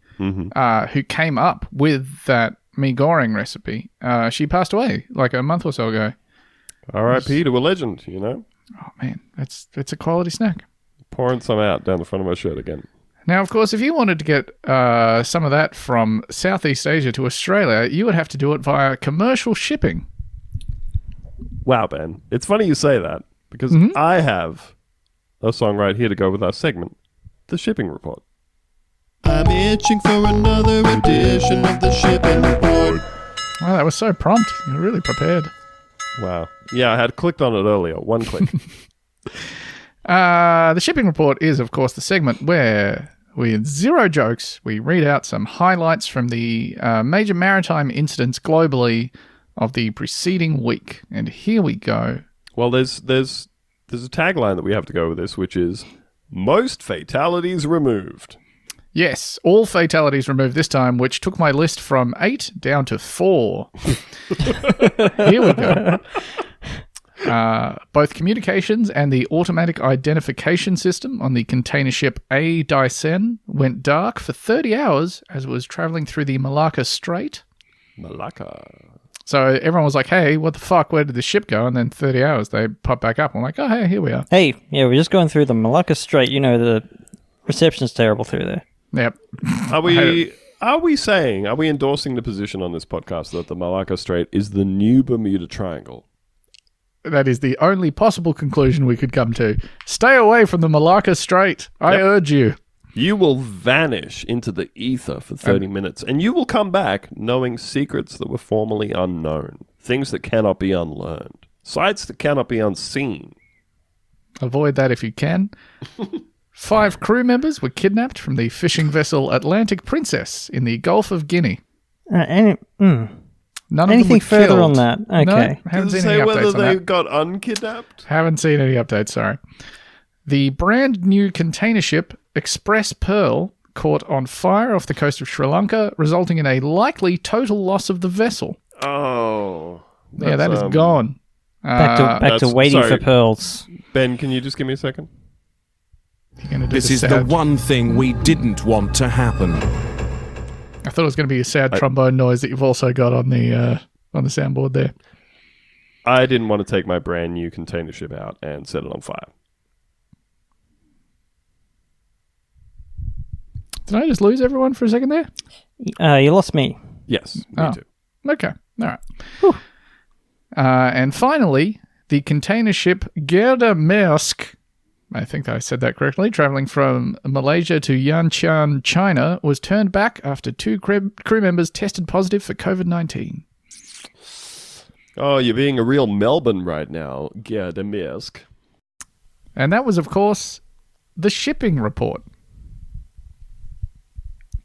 Speaker 2: uh, who came up with that mee goreng recipe. Uh, she passed away like a month or so ago.
Speaker 3: R.I.P. to a legend. You know,
Speaker 2: Oh man, that's that's a quality snack.
Speaker 3: pouring some out down the front of my shirt again.
Speaker 2: Now, of course, if you wanted to get uh, some of that from Southeast Asia to Australia, you would have to do it via commercial shipping.
Speaker 3: Wow, Ben. It's funny you say that because I have a song right here to go with our segment, the shipping report.
Speaker 7: I'm itching for another edition of the shipping report.
Speaker 2: Wow, that was so prompt. You're really prepared.
Speaker 3: Wow. Yeah, I had clicked on it earlier. One click.
Speaker 2: Uh, the shipping report is, of course, the segment where, with zero jokes, we read out some highlights from the uh, major maritime incidents globally of the preceding week. And here we go.
Speaker 3: Well, there's there's there's a tagline that we have to go with this, which is most fatalities removed.
Speaker 2: Yes, all fatalities removed this time, which took my list from eight down to four. Here we go. Uh, both communications and the automatic identification system on the container ship A Dysen went dark for 30 hours as it was traveling through the Malacca Strait.
Speaker 3: Malacca.
Speaker 2: So everyone was like, hey, what the fuck? Where did the ship go? And then 30 hours, they pop back up. I'm like, oh, hey, here we are.
Speaker 5: Hey, yeah, we're just going through the Malacca Strait. You know the reception's terrible through there.
Speaker 2: Yep.
Speaker 3: Are we are we saying are we endorsing the position on this podcast that the Malacca Strait is the new Bermuda Triangle?
Speaker 2: That is the only possible conclusion we could come to. Stay away from the Malacca Strait. I urge you.
Speaker 3: You will vanish into the ether for 30 minutes and you will come back knowing secrets that were formerly unknown, things that cannot be unlearned, sights that cannot be unseen.
Speaker 2: Avoid that if you can. Five crew members were kidnapped from the fishing vessel Atlantic Princess in the Gulf of Guinea.
Speaker 5: Uh, any, mm.
Speaker 2: None
Speaker 5: Anything
Speaker 2: of them were
Speaker 5: further
Speaker 2: killed.
Speaker 5: on that?
Speaker 2: No,
Speaker 5: Okay.
Speaker 2: haven't
Speaker 3: Does it
Speaker 2: seen
Speaker 3: say
Speaker 2: any
Speaker 3: whether
Speaker 2: updates on
Speaker 3: they
Speaker 2: that.
Speaker 3: got unkidnapped?
Speaker 2: Haven't seen any updates. Sorry. The brand new container ship Express Pearl caught on fire off the coast of Sri Lanka, resulting in a likely total loss of the vessel.
Speaker 3: Oh.
Speaker 2: yeah, that is
Speaker 3: um,
Speaker 2: gone.
Speaker 5: Back to
Speaker 2: Uh,
Speaker 5: back to
Speaker 3: that's-
Speaker 5: waiting
Speaker 3: sorry.
Speaker 5: for pearls.
Speaker 3: Ben, can you just give me a second?
Speaker 2: you're gonna do
Speaker 7: This
Speaker 2: the
Speaker 7: is the
Speaker 2: sad-
Speaker 7: one thing we didn't want to happen.
Speaker 2: I thought it was going to be a sad trombone noise that you've also got on the uh, on the soundboard there.
Speaker 3: I didn't want to take my brand new container ship out and set it on fire.
Speaker 2: Did I just lose everyone for a second there?
Speaker 5: Uh, you lost me.
Speaker 3: Yes, me
Speaker 5: Ah.
Speaker 2: Oh.
Speaker 3: too.
Speaker 2: Okay. All right. Uh, and finally, the container ship Gerda Maersk, I think I said that correctly, traveling from Malaysia to Yantian, China, was turned back after two crew, crew members tested positive for COVID 19.
Speaker 3: Oh, you're being a real Melbourne right now, Gerdemirsk.
Speaker 2: And that was, of course, the shipping report.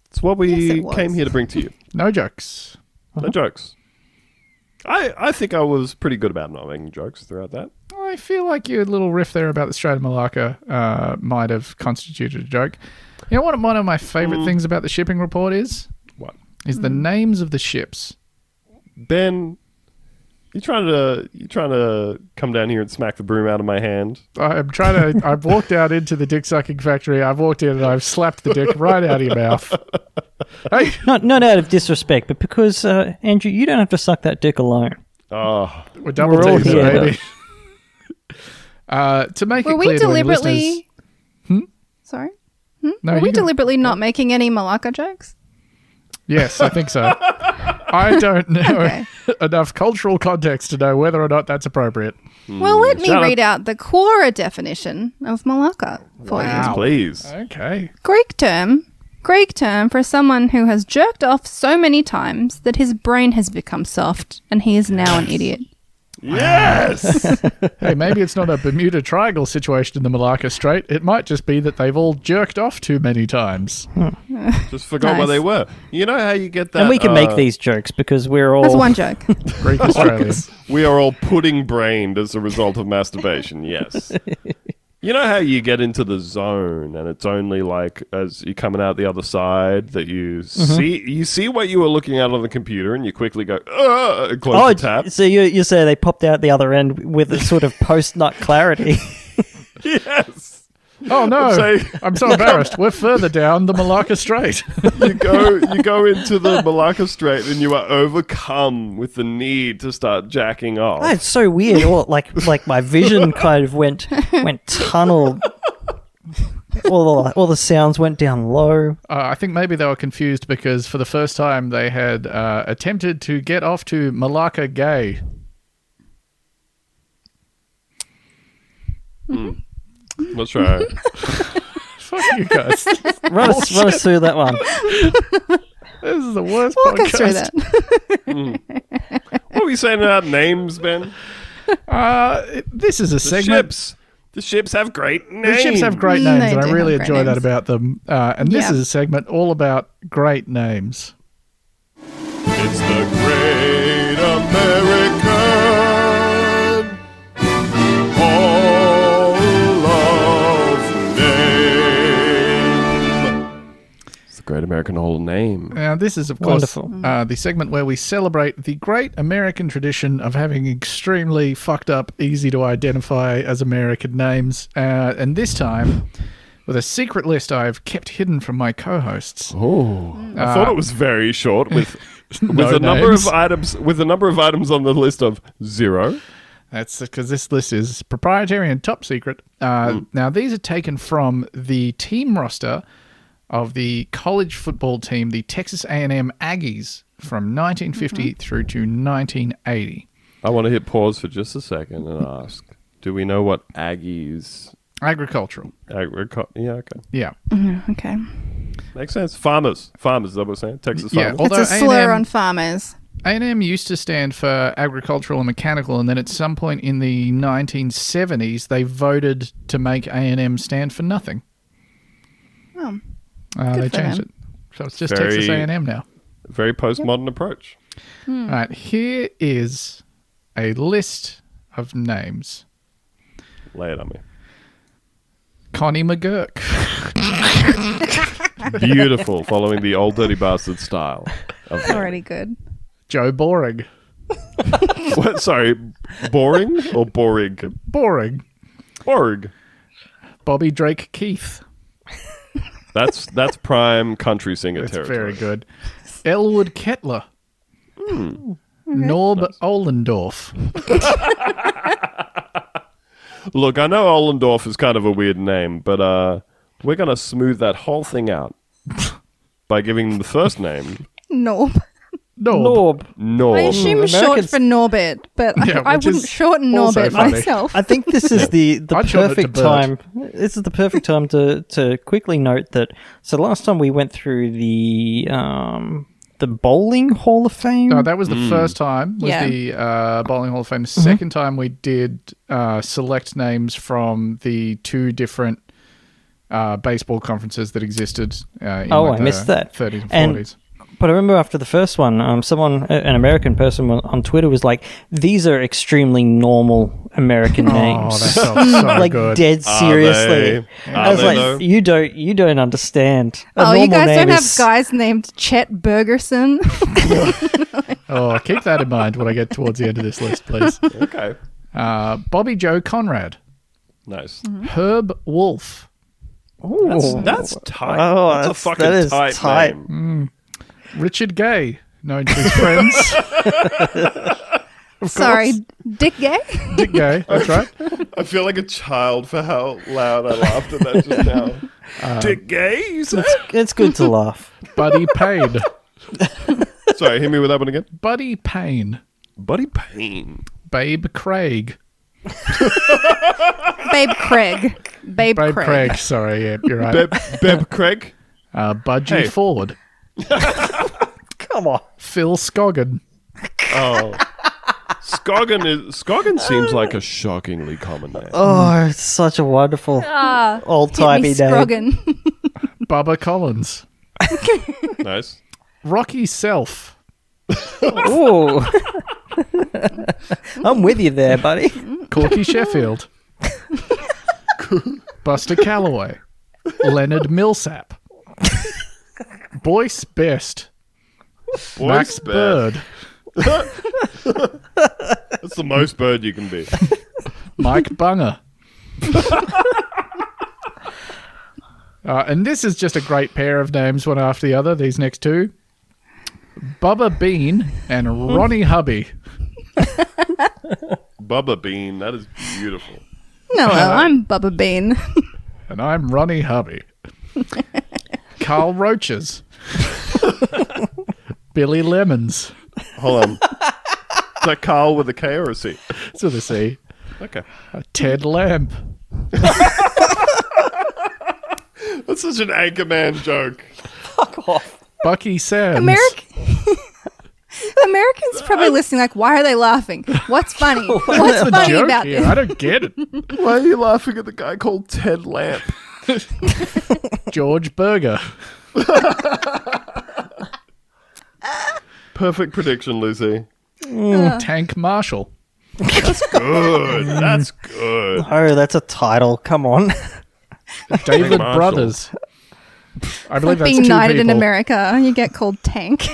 Speaker 3: It's what
Speaker 4: Yes,
Speaker 3: we
Speaker 4: it was.
Speaker 3: came here to bring to you.
Speaker 2: No jokes.
Speaker 5: Uh-huh.
Speaker 3: No jokes. I I think I was pretty good about not making jokes throughout that.
Speaker 2: I feel like your little riff there about the Strait of Malacca uh, might have constituted a joke. You know what? One of my favorite things about the shipping report is
Speaker 3: What?
Speaker 2: is
Speaker 4: Mm.
Speaker 2: the names of the ships.
Speaker 3: Ben, you trying to you trying to come down here and smack the broom out of my hand?
Speaker 2: I'm trying to. I've walked out into the dick sucking factory. I've walked in and I've slapped the dick right out of your mouth. Hey,
Speaker 5: Not not out of disrespect, but because uh, Andrew, you don't have to suck that dick alone.
Speaker 3: Oh,
Speaker 2: we're double
Speaker 5: We're all
Speaker 2: teaming,
Speaker 5: here.
Speaker 2: baby. Uh, to make
Speaker 4: Were
Speaker 2: it
Speaker 4: we
Speaker 2: clear to any
Speaker 4: deliberately?
Speaker 2: listeners,
Speaker 4: Sorry. Hmm?
Speaker 2: No,
Speaker 4: Were we
Speaker 2: you go. Oh.
Speaker 4: deliberately not making any Malacca jokes?
Speaker 2: yes, I think so. I don't know
Speaker 4: Okay.
Speaker 2: enough cultural context to know whether or not that's appropriate.
Speaker 4: Well, let me
Speaker 3: Shut up.
Speaker 4: read out the Quora definition of Malacca for you.
Speaker 2: Wow.
Speaker 3: Please.
Speaker 2: Okay.
Speaker 4: Greek term. Greek term for someone who has jerked off so many times that his brain has become soft and he is now an idiot.
Speaker 3: Yes.
Speaker 2: Hey, maybe it's not a Bermuda Triangle situation in the Malacca Strait. It might just be that they've all jerked off too many times.
Speaker 3: Just forgot where
Speaker 4: Nice.
Speaker 3: they were. You know how you get that.
Speaker 5: and we can make
Speaker 3: uh,
Speaker 5: these jokes because we're all
Speaker 2: Oh.
Speaker 4: That's one joke.
Speaker 2: Greek Australia.
Speaker 3: We are all pudding brained as a result of masturbation. Yes. You know how you get into the zone, and it's only like as you're coming out the other side that you
Speaker 2: Mm-hmm.
Speaker 3: see you see what you were looking at on the computer, and you quickly go, "Ugh," and close
Speaker 5: Oh,
Speaker 3: the tap.
Speaker 5: so you you say they popped out the other end with a sort of post nut clarity.
Speaker 3: Yes,
Speaker 2: Oh no!
Speaker 3: Say-
Speaker 2: I'm so embarrassed. We're further down the Malacca Strait. Uh,
Speaker 3: you go you go into the Malacca Strait, and you are overcome with the need to start jacking off.
Speaker 5: Oh, it's so weird. Or like like my vision kind of went went tunnel. All the all the sounds went down low.
Speaker 2: Uh, I think maybe they were confused because for the first time they had uh, attempted to get off to Malacca Gay.
Speaker 3: That's right.
Speaker 2: Fuck you guys!
Speaker 5: Run us, run us through that one.
Speaker 2: this is the worst
Speaker 4: Walk us
Speaker 2: podcast.
Speaker 4: through that.
Speaker 3: what were you saying about names, Ben?
Speaker 2: Uh, it- this is a
Speaker 3: The
Speaker 2: segment.
Speaker 3: ships. The ships have great
Speaker 2: The
Speaker 3: names.
Speaker 2: ships have great names,
Speaker 4: Mm, they
Speaker 2: and
Speaker 4: do
Speaker 2: I really
Speaker 4: have great
Speaker 2: enjoy that
Speaker 4: names.
Speaker 2: about them. Uh, and this
Speaker 4: Yeah.
Speaker 2: is a segment all about great names.
Speaker 3: It's the Great American Hall of Name. It's the Great American Hall of Name.
Speaker 2: Now, this is, of course,
Speaker 5: Wonderful.
Speaker 2: uh, the segment where we celebrate the great American tradition of having extremely fucked up, easy to identify as American names. Uh, and this time, with a secret list I've kept hidden from my co hosts.
Speaker 3: Oh, I thought it was very short with with
Speaker 2: No
Speaker 3: a number
Speaker 2: names.
Speaker 3: of items with a number of items on the list of zero.
Speaker 2: That's because this list is proprietary and top secret. Uh, Now, these are taken from the team roster of the college football team, the Texas A&M Aggies, from 1950 through to 1980.
Speaker 3: I want to hit pause for just a second and ask: Do we know what Aggies?
Speaker 2: Agricultural.
Speaker 3: Agric- yeah, okay,
Speaker 2: Yeah.
Speaker 4: Okay.
Speaker 3: makes sense. Farmers, farmers. Is that what we're saying? Texas
Speaker 2: Yeah,
Speaker 3: farmers.
Speaker 2: all- Although
Speaker 4: it's a slur
Speaker 2: A&M
Speaker 4: on farmers.
Speaker 2: A&M used to stand for agricultural and mechanical, and then at some point in the 1970s, they voted to make A&M stand for nothing.
Speaker 4: Oh.
Speaker 2: Uh,
Speaker 4: Good
Speaker 2: they
Speaker 4: for
Speaker 2: changed
Speaker 4: them.
Speaker 2: it, so it's just
Speaker 3: Very-
Speaker 2: Texas A&M now.
Speaker 3: Very postmodern approach.
Speaker 4: Hmm.
Speaker 2: All right, here is a list of names:
Speaker 3: Lay it on me.
Speaker 2: Connie McGurk,
Speaker 3: Beautiful, following the old dirty bastard style. Of that.
Speaker 4: Already good.
Speaker 2: Joe Boring,
Speaker 3: What, sorry, boring or borig?
Speaker 2: Boring,
Speaker 3: Borg.
Speaker 2: Bobby Drake Keith.
Speaker 3: That's that's prime country singer
Speaker 2: That's
Speaker 3: territory. Hmm.
Speaker 2: very good. Elwood Kettler, Norb Ohlendorf.
Speaker 3: Look, I know Ollendorf is kind of a weird name, but uh, we're gonna smooth that whole thing out by giving them the first name
Speaker 4: Norb.
Speaker 2: Norb.
Speaker 5: Norb.
Speaker 4: I
Speaker 3: Norb.
Speaker 4: assume short
Speaker 5: Americans-
Speaker 4: for Norbert, but I-
Speaker 2: Yeah,
Speaker 4: I,
Speaker 2: which
Speaker 4: wouldn't
Speaker 2: is
Speaker 4: shorten
Speaker 2: also
Speaker 4: Norbert
Speaker 2: funny.
Speaker 4: myself.
Speaker 5: I think this is the, the
Speaker 2: I'd shorten it to
Speaker 5: perfect
Speaker 2: Bert.
Speaker 5: time. This is the perfect time to, to quickly note that. So last time we went through the um, the bowling Hall of Fame.
Speaker 2: No, Uh, that was the first time. Was
Speaker 4: Yeah.
Speaker 2: the uh, Bowling Hall of Fame. The
Speaker 5: Mm-hmm.
Speaker 2: second time we did uh, select names from the two different uh, baseball conferences that existed. Uh, in
Speaker 5: Oh,
Speaker 2: like
Speaker 5: I missed
Speaker 2: the
Speaker 5: that.
Speaker 2: Thirties and
Speaker 5: And-
Speaker 2: forties.
Speaker 5: But I remember after the first one, um, someone, a- an American person on- on Twitter, was like, "These are extremely normal American
Speaker 2: Oh,
Speaker 5: names."
Speaker 2: that felt so
Speaker 5: like
Speaker 2: good.
Speaker 5: dead
Speaker 3: Are
Speaker 5: seriously.
Speaker 3: they?
Speaker 5: I
Speaker 3: Are
Speaker 5: was
Speaker 3: they
Speaker 5: like,
Speaker 3: though?
Speaker 5: "You don't, you don't understand." A
Speaker 4: Oh, you
Speaker 5: normal
Speaker 4: guys
Speaker 5: name
Speaker 4: don't have
Speaker 5: is-
Speaker 4: guys named Chet Bergerson?
Speaker 2: Oh, keep that in mind when I get towards the end of this list, please.
Speaker 3: Okay,
Speaker 2: Uh, Bobby Joe Conrad,
Speaker 3: nice.
Speaker 7: Mm-hmm.
Speaker 2: Herb Wolf,
Speaker 3: That's,
Speaker 5: Ooh.
Speaker 3: that's tight.
Speaker 5: Oh,
Speaker 3: that's, a
Speaker 5: that's-
Speaker 3: fucking
Speaker 5: that is
Speaker 3: tight,
Speaker 5: tight.
Speaker 3: name.
Speaker 2: Richard Gay, known to his friends.
Speaker 4: Sorry, Dick gay?
Speaker 2: Dick gay. That's right.
Speaker 7: I feel like a child for how loud I laughed at that just now.
Speaker 3: Dick gay? You say?
Speaker 5: It's good to laugh.
Speaker 2: Buddy Payne.
Speaker 3: Sorry, hit me with that one again.
Speaker 2: Buddy Payne.
Speaker 3: Buddy Payne.
Speaker 2: Babe Craig.
Speaker 4: Babe Craig. Babe,
Speaker 2: Babe
Speaker 4: Craig.
Speaker 2: Craig. Sorry. Yeah, you're right.
Speaker 3: Beb, Beb Craig.
Speaker 2: Uh, Budgie
Speaker 3: Hey.
Speaker 2: Ford.
Speaker 5: Come on.
Speaker 2: Phil Scoggin.
Speaker 3: Oh. Scoggin, is, Scoggin seems like a shockingly common name.
Speaker 5: Oh, it's such a wonderful old
Speaker 4: Ah, Hit me
Speaker 5: timey name.
Speaker 4: scroggin.
Speaker 2: Bubba Collins.
Speaker 3: Nice.
Speaker 2: Rocky Self.
Speaker 5: Ooh. I'm with you there, buddy.
Speaker 2: Corky Sheffield. Buster Calloway. Leonard Millsap. Boyce Best.
Speaker 3: Boy,
Speaker 2: Max
Speaker 3: spare.
Speaker 2: Bird.
Speaker 3: That's the most bird you can be.
Speaker 2: Mike Bunger. uh, and this is just a great pair of names, one after the other, these next two Bubba Bean
Speaker 5: Hmm.
Speaker 2: and Ronnie Hubby.
Speaker 3: Bubba Bean. That is beautiful.
Speaker 4: Hello,
Speaker 2: Uh-huh.
Speaker 4: I'm Bubba Bean.
Speaker 2: And I'm Ronnie Hubby. Carl Roaches. Billy Lemons.
Speaker 3: Hold on. Is that Carl with a K or a C?
Speaker 2: So the C.
Speaker 3: Okay.
Speaker 2: Ted Lamp.
Speaker 3: That's such an Anchorman joke.
Speaker 2: Bucky Sands.
Speaker 4: American. Americans probably listening like, why are they laughing? What's funny? What's
Speaker 2: What's the
Speaker 4: funny
Speaker 2: joke
Speaker 4: about
Speaker 2: here?
Speaker 4: this?
Speaker 2: I don't get it.
Speaker 7: Why are you laughing at the guy called Ted Lamp?
Speaker 2: George Berger.
Speaker 3: Perfect prediction, Lucy.
Speaker 2: Tank Marshall.
Speaker 3: Good. That's good.
Speaker 5: Oh, that's a title. Come on.
Speaker 2: David
Speaker 3: Marshall.
Speaker 2: Brothers. I believe that's
Speaker 4: Being
Speaker 2: two
Speaker 4: knighted in
Speaker 2: people.
Speaker 4: America, you get called tank.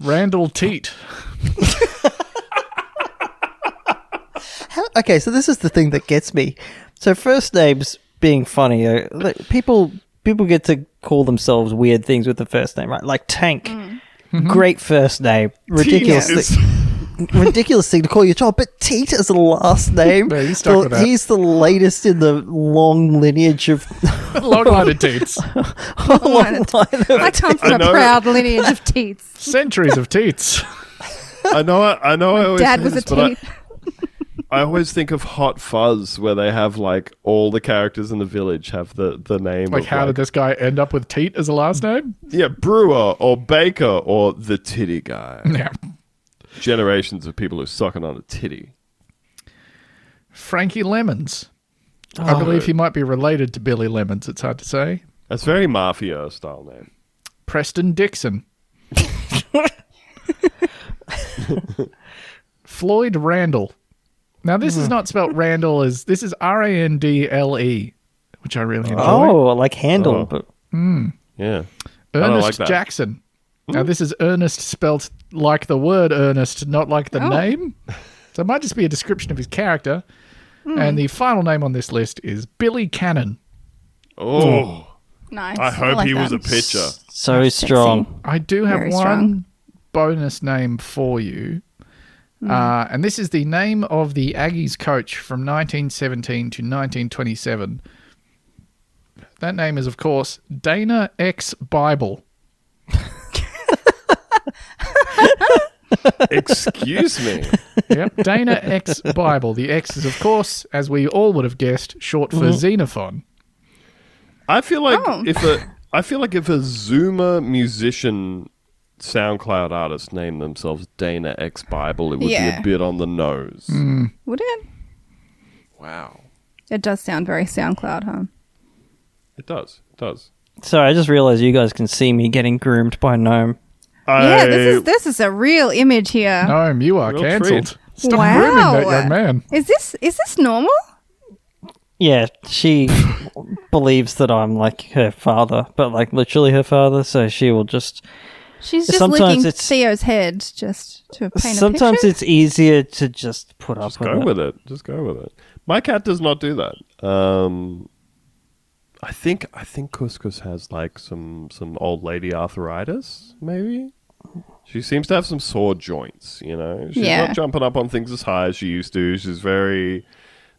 Speaker 2: Randall Teat.
Speaker 5: Okay, so this is the thing that gets me. So first names being funny, uh, like, people people get to call themselves weird things with the first name, right? Like Tank,
Speaker 2: Mm.
Speaker 5: great first name, ridiculous,
Speaker 3: Tina is-
Speaker 5: thi- ridiculous thing to call your child. But Teet is a last name.
Speaker 2: Yeah, you stuck
Speaker 5: So
Speaker 2: with that.
Speaker 5: He's the latest in the long lineage of
Speaker 2: Long-legged teats.
Speaker 5: long line of
Speaker 4: I come
Speaker 3: I
Speaker 4: from
Speaker 3: know.
Speaker 4: a proud lineage of teats.
Speaker 2: Centuries of teats.
Speaker 3: I know. I, I know. I always
Speaker 4: Dad
Speaker 3: say
Speaker 4: was a
Speaker 3: this, but I-
Speaker 4: teat.
Speaker 3: I always think of Hot Fuzz, where they have like all the characters in the village have the the name.
Speaker 2: Like,
Speaker 3: of,
Speaker 2: how did this guy end up with teat as a last name?
Speaker 3: Yeah, Brewer or Baker or the Titty Guy.
Speaker 2: Yeah.
Speaker 3: Generations of people who sucking on a titty.
Speaker 2: Frankie Lemons. I believe he might be related to Billy Lemons. It's hard to say.
Speaker 3: That's very mafia style name.
Speaker 2: Preston Dixon. Floyd Randall. Now, this is not spelt Randall as this is R A N D L E, which I really enjoy.
Speaker 5: Oh, like handle,
Speaker 3: Oh.
Speaker 5: but
Speaker 3: Yeah. don't
Speaker 2: Ernest
Speaker 3: Oh, like that.
Speaker 2: Jackson. Now, this is Ernest spelt like the word Ernest, not like the name. So it might just be a description of his character. And the final name on this list is Billy Cannon.
Speaker 3: Oh,
Speaker 4: Nice.
Speaker 3: I hope
Speaker 4: like
Speaker 3: he was
Speaker 4: that.
Speaker 3: a pitcher.
Speaker 5: so strong.
Speaker 2: I do have
Speaker 4: Very
Speaker 2: one
Speaker 4: strong.
Speaker 2: bonus name for you.
Speaker 4: Mm.
Speaker 2: Uh, and this is the name of the Aggies coach from 1917 to 1927. That name is, of course, Dana X Bible.
Speaker 3: Excuse me.
Speaker 2: Yep. Dana X Bible. The X is, of course, as we all would have guessed, short for
Speaker 4: Mm-hmm.
Speaker 2: xenophon.
Speaker 3: I feel like
Speaker 4: Oh.
Speaker 3: if a I feel like if a Zoomer musician SoundCloud artist named themselves Dana X Bible, it would
Speaker 4: Yeah.
Speaker 3: be a bit on the nose.
Speaker 2: Mm.
Speaker 4: Would it?
Speaker 3: Wow.
Speaker 4: It does sound very SoundCloud, huh?
Speaker 3: It does. It does.
Speaker 5: Sorry, I just realized you guys can see me getting groomed by gnome.
Speaker 4: Yeah, this is this is a real image here. Is
Speaker 2: Noam, you are
Speaker 3: Real
Speaker 2: cancelled. Stop
Speaker 4: Ah. Wow.
Speaker 2: grooming that young man.
Speaker 4: this is this normal?
Speaker 5: Yeah, she believes that I'm like her father, but like literally her father. So she will just.
Speaker 4: She's just
Speaker 5: Sometimes
Speaker 4: licking
Speaker 5: it's-
Speaker 4: Theo's head just to paint
Speaker 5: sometimes
Speaker 4: a picture.
Speaker 5: it's easier to just put
Speaker 3: Just
Speaker 5: up with
Speaker 3: go
Speaker 5: it.
Speaker 3: with it. Just go with it. My cat does not do that. Um, I think I think Couscous has like some some old lady arthritis, maybe. She seems to have some sore joints, you know? She's
Speaker 4: Yeah.
Speaker 3: not jumping up on things as high as she used to. She's very,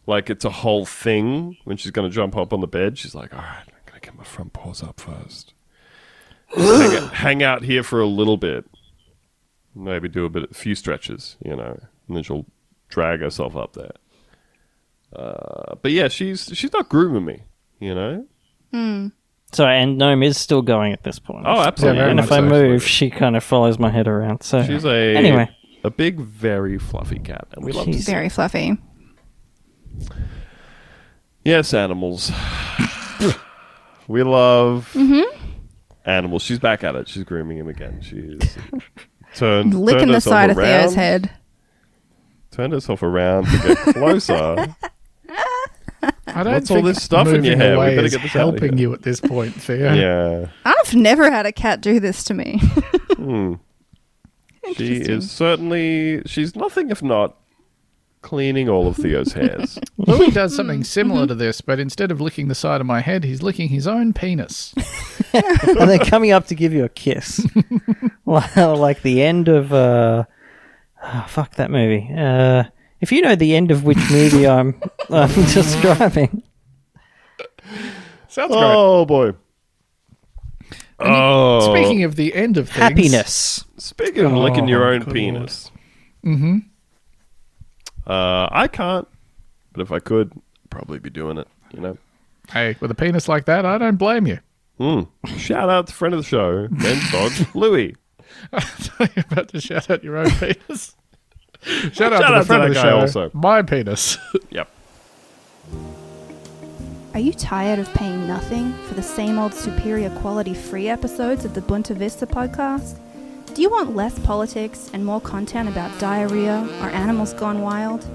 Speaker 3: like, it's a whole thing when she's going to jump up on the bed. She's like, all right, I'm going to get my front paws up first. hang, out, hang out here for a little bit. Maybe do a bit, a few stretches, you know? And then she'll drag herself up there. Uh, but yeah, she's she's not grooming me, you know?
Speaker 5: So and Gnome is still going at this point.
Speaker 3: Oh, absolutely.
Speaker 2: very
Speaker 5: and if
Speaker 2: much
Speaker 3: so,
Speaker 5: I move,
Speaker 3: absolutely.
Speaker 5: she kind of follows my head around. So
Speaker 3: She's a
Speaker 5: Anyway.
Speaker 3: a big, very fluffy cat, and we love to
Speaker 5: She's-
Speaker 3: see.
Speaker 4: Very fluffy.
Speaker 3: Yes, animals. we love
Speaker 4: Mm-hmm.
Speaker 3: animals. She's back at it. She's grooming him again. She's turned
Speaker 4: Licking
Speaker 3: turned
Speaker 4: the
Speaker 3: herself
Speaker 4: side of
Speaker 3: around,
Speaker 4: Theo's head.
Speaker 3: Turned herself around to get closer.
Speaker 2: I don't
Speaker 3: What's all
Speaker 2: think
Speaker 3: this stuff in your
Speaker 2: moving
Speaker 3: hair? We
Speaker 2: away
Speaker 3: better
Speaker 2: is
Speaker 3: get this out of
Speaker 2: helping
Speaker 3: here.
Speaker 2: you at this point, Theo.
Speaker 3: yeah,
Speaker 4: I've never had a cat do this to me.
Speaker 3: she is certainly. She's nothing if not cleaning all of Theo's hairs.
Speaker 2: Louis does something similar to this, but instead of licking the side of my head, he's licking his own penis.
Speaker 5: and they're coming up to give you a kiss, like like the end of uh, oh, fuck that movie. Uh, if you know the end of which movie I'm, I'm describing,
Speaker 2: Sounds
Speaker 3: oh boy. Oh,
Speaker 2: great. Speaking of the end of things,
Speaker 5: happiness.
Speaker 3: Speaking of licking your own
Speaker 2: good
Speaker 3: penis. Mm-hmm. Uh, I can't, but if I could, I'd probably be doing it. You know.
Speaker 2: Hey, with a penis like that, I don't blame you.
Speaker 3: Hmm. Shout out to friend of the show, Ben Todd Louis.
Speaker 2: You're about to shout out your own penis. Shout out
Speaker 3: Shout
Speaker 2: to
Speaker 3: out
Speaker 2: the
Speaker 3: to
Speaker 2: friend of
Speaker 3: that
Speaker 2: the
Speaker 3: guy
Speaker 2: show,
Speaker 3: also.
Speaker 2: my penis.
Speaker 3: Yep.
Speaker 4: Are you tired of paying nothing for the same old superior quality free episodes of the Bunta Vista podcast? Do you want less politics and more content about diarrhea or animals gone wild?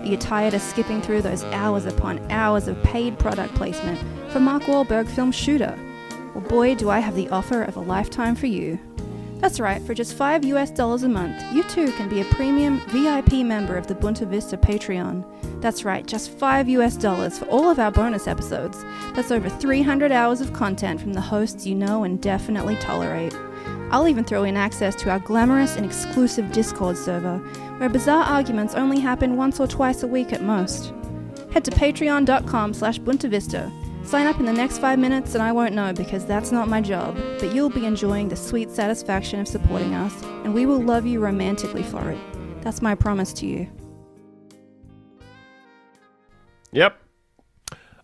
Speaker 4: Are you tired of skipping through those hours upon hours of paid product placement for Mark Wahlberg film Shooter? Well, boy, do I have the offer of a lifetime for you. That's right, for just 5 US dollars a month, you too can be a premium VIP member of the Bunta Vista Patreon. That's right, just 5 US dollars for all of our bonus episodes. That's over 300 hours of content from the hosts you know and definitely tolerate. I'll even throw in access to our glamorous and exclusive Discord server, where bizarre arguments only happen once or twice a week at most. Head to patreon.com slash buntavista. Sign up in the next five minutes and I won't know because that's not my job, but you'll be enjoying the sweet satisfaction of supporting us, and we will love you romantically for it. That's my promise to you.
Speaker 3: Yep.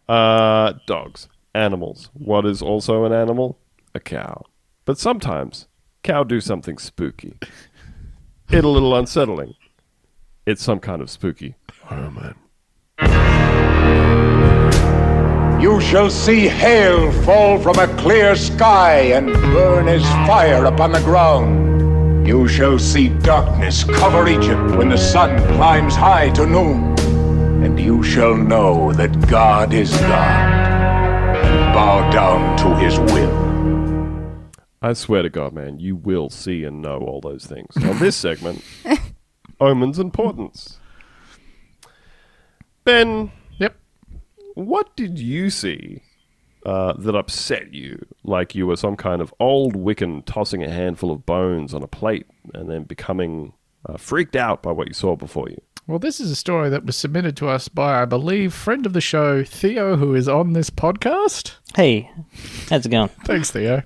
Speaker 3: Uh, dogs, animals. What is also an animal? A cow. But sometimes cow do something spooky. It a little unsettling. It's some kind of spooky. Oh man.
Speaker 8: You shall see hail fall from a clear sky and burn as fire upon the ground. You shall see darkness cover Egypt when the sun climbs high to noon. And you shall know that God is God. And bow down to his will.
Speaker 3: I swear to God, man, you will see and know all those things. On this segment, omens importance. Ben,
Speaker 2: yep.
Speaker 3: what did you see uh, that upset you? Like you were some kind of old Wiccan tossing a handful of bones on a plate and then becoming uh, freaked out by what you saw before you.
Speaker 2: Well, this is a story that was submitted to us by, I believe, friend of the show, Theo, who is on this podcast.
Speaker 5: Hey, how's it going?
Speaker 2: Thanks, Theo.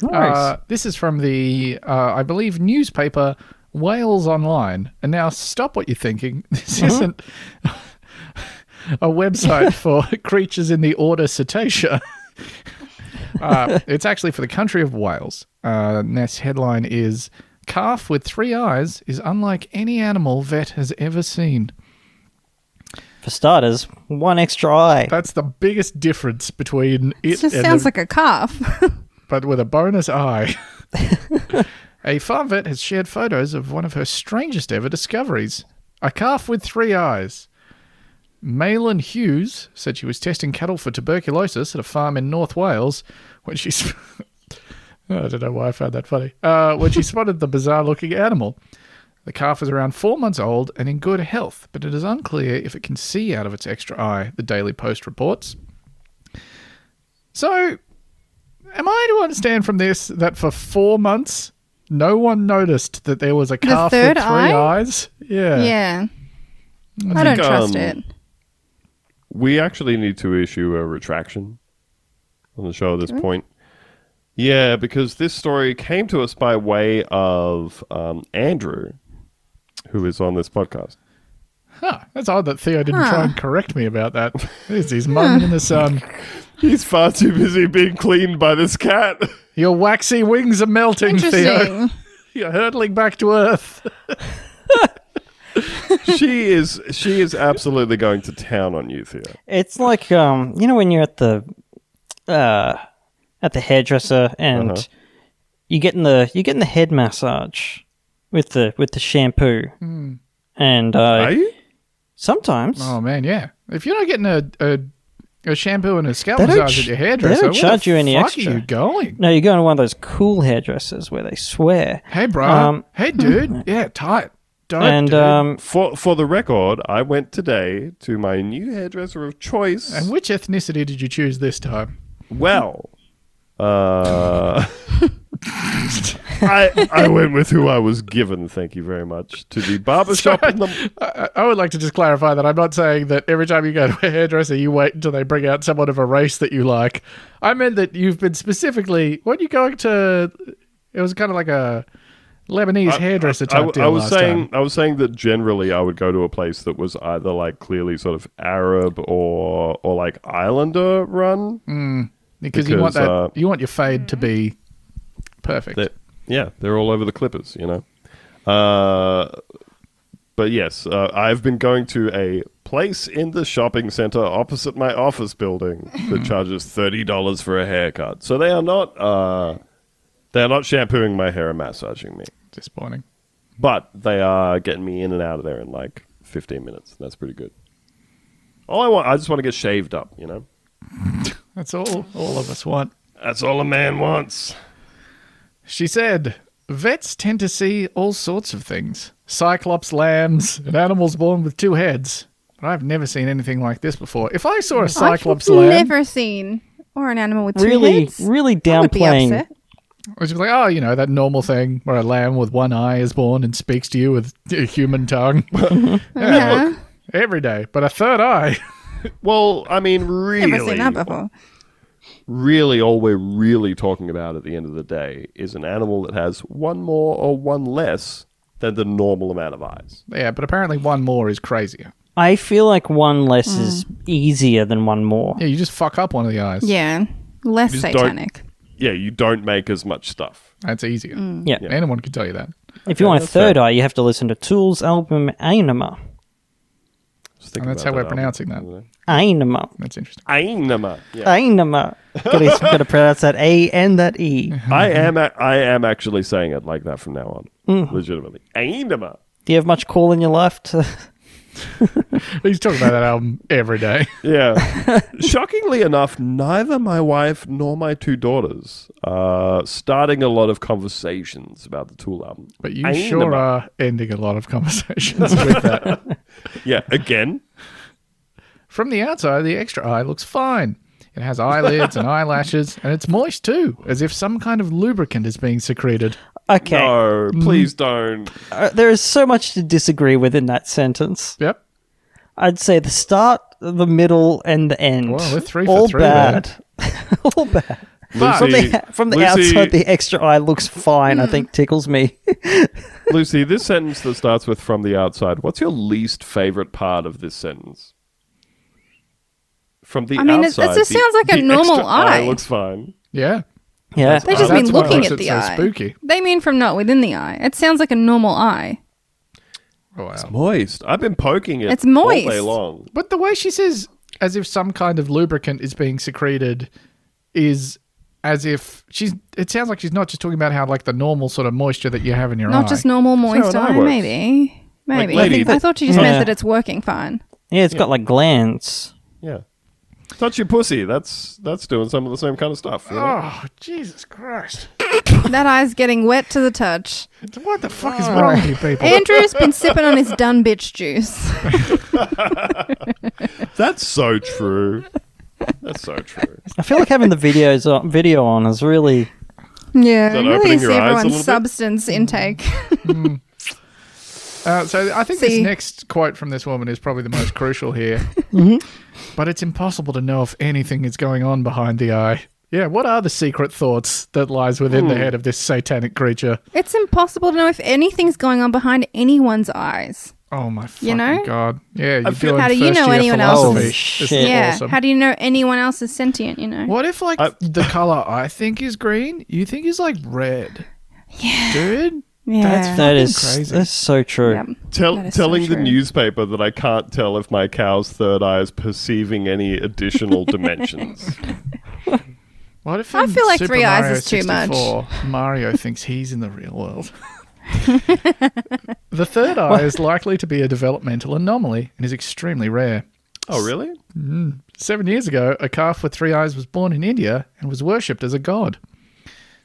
Speaker 5: Nice.
Speaker 2: Uh, this is from the, uh, I believe, newspaper Wales Online. And now stop what you're thinking. This isn't a website for creatures in the order Cetacea. uh, it's actually for the country of Wales. Uh, and this headline is Calf with three eyes is unlike any animal vet has ever seen.
Speaker 5: For starters, one extra eye.
Speaker 2: That's the biggest difference between it
Speaker 4: It just
Speaker 2: and
Speaker 4: sounds
Speaker 2: the-
Speaker 4: like a calf.
Speaker 2: but with a bonus eye. a farm vet has shared photos of one of her strangest ever discoveries a calf with three eyes. Malin Hughes said she was testing cattle for tuberculosis at a farm in North Wales when she. Sp- Oh, I don't know why I found that funny. Uh, when she spotted the bizarre looking animal. The calf is around four months old and in good health, but it is unclear if it can see out of its extra eye, the Daily Post reports. So, am I to understand from this that for four months No one noticed that there was a calf
Speaker 4: third
Speaker 2: with three
Speaker 4: eye?
Speaker 2: eyes. Yeah.
Speaker 4: Yeah. I, don't
Speaker 3: think,
Speaker 4: trust
Speaker 3: um,
Speaker 4: it.
Speaker 3: We actually need to issue a retraction on the show at this point. Yeah, because this story came to us by way of um, Andrew, who is on this podcast.
Speaker 2: Huh. That's odd that Theo didn't
Speaker 4: Huh.
Speaker 2: try and correct me about that. There's his mum in the sun.
Speaker 3: He's far too busy being cleaned by this cat.
Speaker 2: Your waxy wings are melting, Theo.
Speaker 4: Interesting.
Speaker 2: You're hurtling back to Earth.
Speaker 3: she is she is absolutely going to town on you, Theo.
Speaker 5: It's like um, you know when you're at the uh, at the hairdresser and you're getting the you're getting the head massage with the with the shampoo and uh,
Speaker 3: Are you?
Speaker 5: sometimes
Speaker 2: Hmm. Oh man, yeah. If you're not getting a a, a shampoo and a scalp
Speaker 5: They don't
Speaker 2: massage
Speaker 5: ch-
Speaker 2: at your
Speaker 5: they
Speaker 2: hairdresser,
Speaker 5: don't
Speaker 2: where
Speaker 5: charge
Speaker 2: the
Speaker 5: you any
Speaker 2: fuck
Speaker 5: extra.
Speaker 2: Are you going?
Speaker 5: no, you're going to one of those cool hairdressers where they swear.
Speaker 2: Hey, bro.
Speaker 5: Um,
Speaker 2: hey, dude. Yeah, tight. Don't.
Speaker 5: and
Speaker 2: dude.
Speaker 5: um,
Speaker 3: For for the record, I went today to my new hairdresser of choice.
Speaker 2: and which ethnicity did you choose this time?
Speaker 3: Well, uh, I I went with who I was given. Thank you very much to the barber shop in the.
Speaker 2: I, I would like to just clarify that I'm not saying that every time you go to a hairdresser, you wait until they bring out someone of a race that you like. I meant that you've been specifically. Weren't you going to? It was kind of like a Lebanese hairdresser
Speaker 3: I,
Speaker 2: type
Speaker 3: w-
Speaker 2: deal
Speaker 3: I was
Speaker 2: last
Speaker 3: saying
Speaker 2: time.
Speaker 3: I was saying that generally I would go to a place that was either like clearly sort of Arab or or like Islander run.
Speaker 2: because you want
Speaker 3: because,
Speaker 2: that.
Speaker 3: uh,
Speaker 2: you want your fade to be perfect.
Speaker 3: That yeah, they're all over the Clippers, you know. Uh, but yes, uh, I've been going to a place in the shopping center opposite my office building that charges thirty dollars for a haircut. So they are not uh, they are not shampooing my hair and massaging me,
Speaker 2: Disappointing.
Speaker 3: but they are getting me in and out of there in like fifteen minutes. That's pretty good. All I want, I just want to get shaved up, you know.
Speaker 2: That's all. All of us want.
Speaker 3: That's all a man wants.
Speaker 2: She said, Vets tend to see all sorts of things cyclops, lambs, and animals born with two heads. But I've never seen anything like this before. If I saw a cyclops
Speaker 4: I've
Speaker 2: lamb,
Speaker 4: never seen or an animal with two
Speaker 5: really,
Speaker 4: heads.
Speaker 5: really
Speaker 4: I would be
Speaker 5: downplaying.
Speaker 4: upset.
Speaker 2: I was just like, oh, you know, that normal thing where a lamb with one eye is born and speaks to you with a human tongue
Speaker 4: Yeah.
Speaker 2: every day. But a third eye,
Speaker 3: Well, I mean, really,
Speaker 4: Never seen that before.
Speaker 3: really all we're really talking about at the end of the day is an animal that has one more or one less than the normal amount of eyes.
Speaker 2: yeah, but apparently one more is crazier.
Speaker 5: I feel like one less is easier than one more.
Speaker 2: Hmm. Yeah, you just fuck up one of the eyes.
Speaker 4: Yeah. Less
Speaker 3: You just don't-
Speaker 4: satanic.
Speaker 3: Yeah, you don't make as much stuff.
Speaker 2: That's easier.
Speaker 4: Mm.
Speaker 5: Yeah.
Speaker 2: Anyone can tell you that.
Speaker 5: If you want a
Speaker 3: that's fair.
Speaker 5: third eye, you have to listen to Tool's album Anima.
Speaker 3: Just think
Speaker 2: And that's
Speaker 3: about
Speaker 2: how we're
Speaker 3: that
Speaker 2: pronouncing
Speaker 3: album.
Speaker 5: Anima.
Speaker 2: That's interesting.
Speaker 3: Ainama. Yeah.
Speaker 5: Einema. Gotta, gotta pronounce that A and that E.
Speaker 2: Mm-hmm.
Speaker 3: I am. A- I am actually saying it like that from now
Speaker 2: Mm.
Speaker 3: on. Legitimately. Ainama.
Speaker 5: Do you have much call in your life? To...
Speaker 2: He's talking about that album every day.
Speaker 3: Yeah. Shockingly enough, neither my wife nor my two daughters are starting a lot of conversations about the Tool album.
Speaker 2: But you
Speaker 3: Ain't
Speaker 2: sure
Speaker 3: about-
Speaker 2: are ending a lot of conversations with that.
Speaker 3: Yeah. Again.
Speaker 2: From the outside, the extra eye looks fine. It has eyelids and eyelashes, and it's moist too, as if some kind of lubricant is being secreted.
Speaker 5: Okay.
Speaker 3: No.
Speaker 2: Mm.
Speaker 3: Please don't.
Speaker 5: Uh, there is so much to disagree with in that sentence.
Speaker 2: Yep.
Speaker 5: I'd say the start, the middle, and the end.
Speaker 2: Well, we're three for
Speaker 5: All
Speaker 2: three
Speaker 5: bad. All bad. From the, from the
Speaker 3: Lucy-
Speaker 5: outside, the extra eye looks fine. I think tickles me.
Speaker 3: Lucy, this sentence that starts with from the outside, what's your least favorite part of this sentence? From the
Speaker 4: I mean, it's- it
Speaker 3: outside.
Speaker 4: just
Speaker 3: the-
Speaker 4: sounds like a
Speaker 3: the
Speaker 4: normal
Speaker 3: extra eye.
Speaker 4: eye.
Speaker 3: looks fine.
Speaker 2: Yeah.
Speaker 5: yeah.
Speaker 4: They just
Speaker 2: Oh,
Speaker 4: mean
Speaker 2: that's why it
Speaker 4: looking
Speaker 2: makes
Speaker 4: at
Speaker 2: it
Speaker 4: the
Speaker 2: so
Speaker 4: eye.
Speaker 2: spooky.
Speaker 4: They mean from not within the eye. It sounds like a normal eye.
Speaker 2: Wow.
Speaker 3: Moist. I've been poking it
Speaker 4: It's
Speaker 3: all day
Speaker 4: moist.
Speaker 3: long.
Speaker 2: But the way she says, as if some kind of lubricant is being secreted, is as if she's. It sounds like she's not just talking about how, like, the normal sort of moisture that you have in your eye.
Speaker 4: Not just normal moist
Speaker 3: an eye
Speaker 4: eye,
Speaker 3: works.
Speaker 4: maybe. Maybe.
Speaker 3: lady-
Speaker 4: I, think that- I thought you just
Speaker 5: Yeah.
Speaker 4: meant that it's working fine.
Speaker 5: Yeah, it's got like glands.
Speaker 3: Yeah. Touch your pussy. That's that's doing some of the same kind of stuff. you know?
Speaker 2: Oh, Jesus Christ.
Speaker 4: That eye's getting wet to the touch.
Speaker 2: What the fuck
Speaker 4: Oh.
Speaker 2: is wrong with you people?
Speaker 4: Andrew's been sipping on his done bitch juice.
Speaker 3: That's so true. That's so true.
Speaker 5: I feel like having the videos on, video on is really
Speaker 4: Yeah,
Speaker 3: that
Speaker 4: really
Speaker 3: opening
Speaker 4: see
Speaker 3: your eyes a little
Speaker 4: everyone's
Speaker 3: bit?
Speaker 4: substance intake.
Speaker 2: Uh, so I think
Speaker 4: See.
Speaker 2: this next quote from this woman is probably the most crucial here.
Speaker 4: Mm-hmm.
Speaker 2: But it's impossible to know if anything is going on behind the eye. Yeah, what are the secret thoughts that lies within
Speaker 4: Hmm.
Speaker 2: the head of this satanic creature?
Speaker 4: it's impossible to know if anything's going on behind anyone's eyes.
Speaker 2: Oh my fucking
Speaker 4: know? Uh,
Speaker 2: god! Yeah, you're
Speaker 3: feel-
Speaker 2: doing
Speaker 4: How do you
Speaker 2: first
Speaker 4: know
Speaker 2: year
Speaker 4: anyone
Speaker 2: philosophy.
Speaker 5: else's?
Speaker 2: This
Speaker 5: Oh,
Speaker 2: is
Speaker 5: shit.
Speaker 4: Yeah.
Speaker 2: awesome.
Speaker 4: How do you know anyone else is sentient? You know.
Speaker 2: What if like
Speaker 3: I-
Speaker 2: the color I think is green, you think is like red? Yeah, dude.
Speaker 4: Yeah.
Speaker 2: That's
Speaker 5: That
Speaker 2: fucking
Speaker 5: is
Speaker 2: crazy.
Speaker 5: that's so true.
Speaker 4: Yep.
Speaker 3: Tell,
Speaker 4: That is so
Speaker 3: telling the
Speaker 4: true.
Speaker 3: newspaper that I can't tell if my cow's third eye is perceiving any additional dimensions.
Speaker 2: What if
Speaker 4: I
Speaker 2: in
Speaker 4: feel like
Speaker 2: Super
Speaker 4: three eyes
Speaker 2: Mario
Speaker 4: is too much.
Speaker 2: 64, Mario thinks he's in the real world. the third eye is likely to be a developmental anomaly and is extremely rare.
Speaker 3: Oh, really?
Speaker 2: Seven years ago, a calf with three eyes was born in India and was worshipped as a god.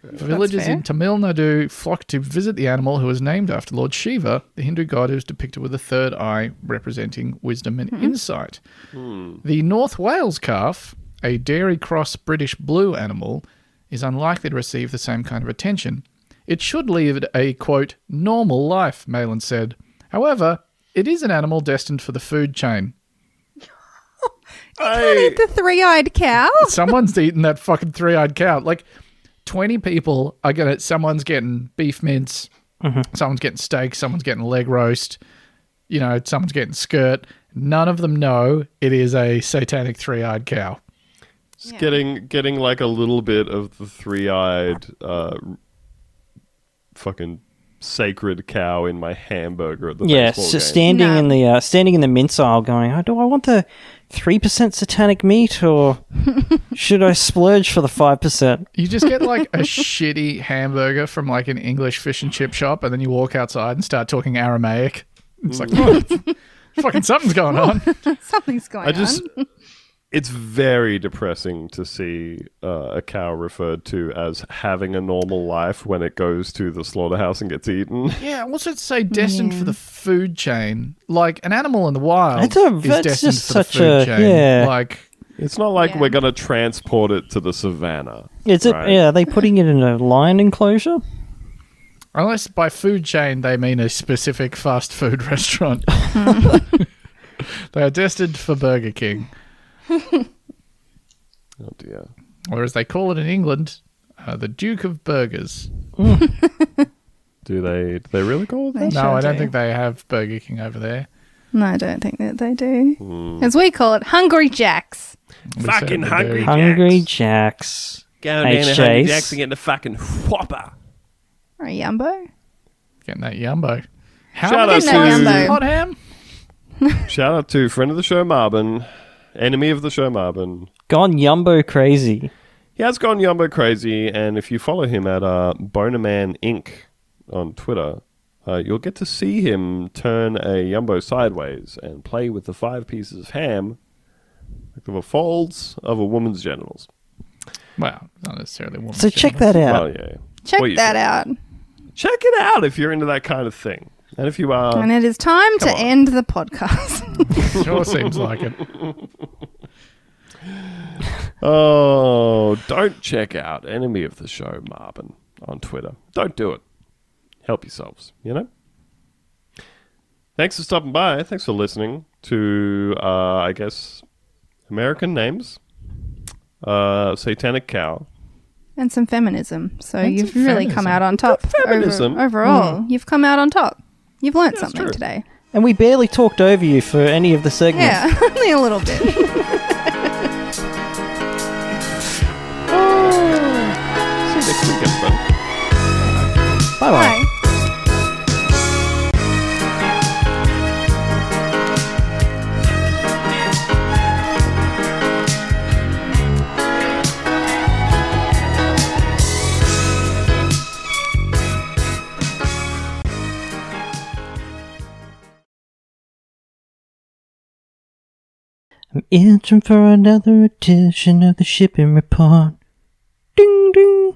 Speaker 2: Villagers
Speaker 4: fair.
Speaker 2: in Tamil Nadu flocked to visit the animal who was named after Lord Shiva, the Hindu god who is depicted with a third eye representing wisdom and insight. The North Wales calf, a dairy cross British blue animal, is unlikely to receive the same kind of attention. It should lead a, quote, normal life, Malin said. However, it is an animal destined for the food chain.
Speaker 3: I,
Speaker 4: The three-eyed cow.
Speaker 2: someone's eating that fucking three-eyed cow. Like twenty people are gonna. Someone's getting beef mince. Someone's getting steak. Someone's getting leg roast. You know, someone's getting skirt. None of them know it is a satanic three-eyed cow.
Speaker 3: just getting getting like a little bit of the three-eyed uh, fucking sacred cow in my hamburger at the
Speaker 5: Yeah,
Speaker 3: baseball
Speaker 5: so
Speaker 3: game.
Speaker 5: standing
Speaker 4: No.
Speaker 5: in the uh, standing in the mince aisle, going, oh, do I want the three percent satanic meat, or should I splurge for the five percent?
Speaker 2: You just get like a shitty hamburger from like an English fish and chip shop, and then you walk outside and start talking Aramaic. It's like, "Oh, fucking something's going on.
Speaker 4: Something's going
Speaker 3: I just
Speaker 4: on.
Speaker 3: it's very depressing to see uh, a cow referred to as having a normal life when it goes to the slaughterhouse and gets eaten.
Speaker 2: Yeah, what's it say? Destined for the food chain, like an animal in the wild
Speaker 5: That's a-
Speaker 2: is
Speaker 5: that's
Speaker 2: destined
Speaker 5: just
Speaker 2: for the
Speaker 5: such
Speaker 2: food
Speaker 5: a-
Speaker 2: chain.
Speaker 5: yeah.
Speaker 2: Like,
Speaker 3: It's not like
Speaker 4: Yeah.
Speaker 3: we're going to transport it to the savannah.
Speaker 5: Is it?
Speaker 3: Right.
Speaker 5: Yeah, are they putting it in a lion enclosure?
Speaker 2: unless by food chain they mean a specific fast food restaurant,
Speaker 5: Hmm.
Speaker 2: they are destined for Burger King,
Speaker 3: Oh dear.
Speaker 2: or as they call it in England, uh, the Duke of Burgers.
Speaker 3: Do they do they really call it
Speaker 4: They
Speaker 3: that?
Speaker 2: no,
Speaker 4: sure
Speaker 2: I don't
Speaker 4: do.
Speaker 2: think they have Burger King over there.
Speaker 4: No, I don't think that they do.
Speaker 3: Hmm.
Speaker 4: As we call it, Hungry Jacks.
Speaker 2: We
Speaker 3: Fucking
Speaker 2: certainly do.
Speaker 3: hungry.
Speaker 5: Hungry Jacks. HJs.
Speaker 3: getting the fucking whopper.
Speaker 4: Or a Yumbo.
Speaker 2: Getting that yumbo. How
Speaker 3: Shout
Speaker 2: are
Speaker 3: out
Speaker 2: they selling
Speaker 4: to-
Speaker 2: hot ham?
Speaker 3: Shout out to friend of the show Marvin, enemy of the show Marvin.
Speaker 5: Gone Yumbo crazy.
Speaker 3: He has gone Yumbo crazy, and if you follow him at uh, Bonerman Inc. on Twitter, uh, you'll get to see him turn a Yumbo sideways and play with the five pieces of ham of a folds of a woman's genitals.
Speaker 2: Well, not necessarily. a woman
Speaker 5: So
Speaker 2: show,
Speaker 5: check
Speaker 2: but-
Speaker 5: that out.
Speaker 3: Oh yeah,
Speaker 4: Check
Speaker 3: What you
Speaker 4: that
Speaker 3: think?
Speaker 4: out.
Speaker 3: Check it out if you're into that kind of thing, and if you are,
Speaker 4: and it is time to
Speaker 3: Oh. come on.
Speaker 4: end the podcast.
Speaker 2: Sure seems like it.
Speaker 3: Oh, don't check out enemy of the show Marvin on Twitter. Don't do it. Help yourselves, you know? Thanks for stopping by. Thanks for listening to, uh, I guess, American names. Uh, Satanic Cow.
Speaker 4: and some feminism. So
Speaker 2: And
Speaker 4: you've
Speaker 2: some
Speaker 4: really come
Speaker 2: feminism.
Speaker 4: out on top.
Speaker 3: feminism. Mm.
Speaker 4: Over, overall, you've come out on top. You've learnt something
Speaker 3: true.
Speaker 4: today.
Speaker 5: And we barely talked over you for any of the segments.
Speaker 4: Yeah, only a little bit.
Speaker 3: See you next week, everybody.
Speaker 5: Bye bye.
Speaker 4: Bye.
Speaker 5: I'm itching for another edition of the shipping report. Ding ding.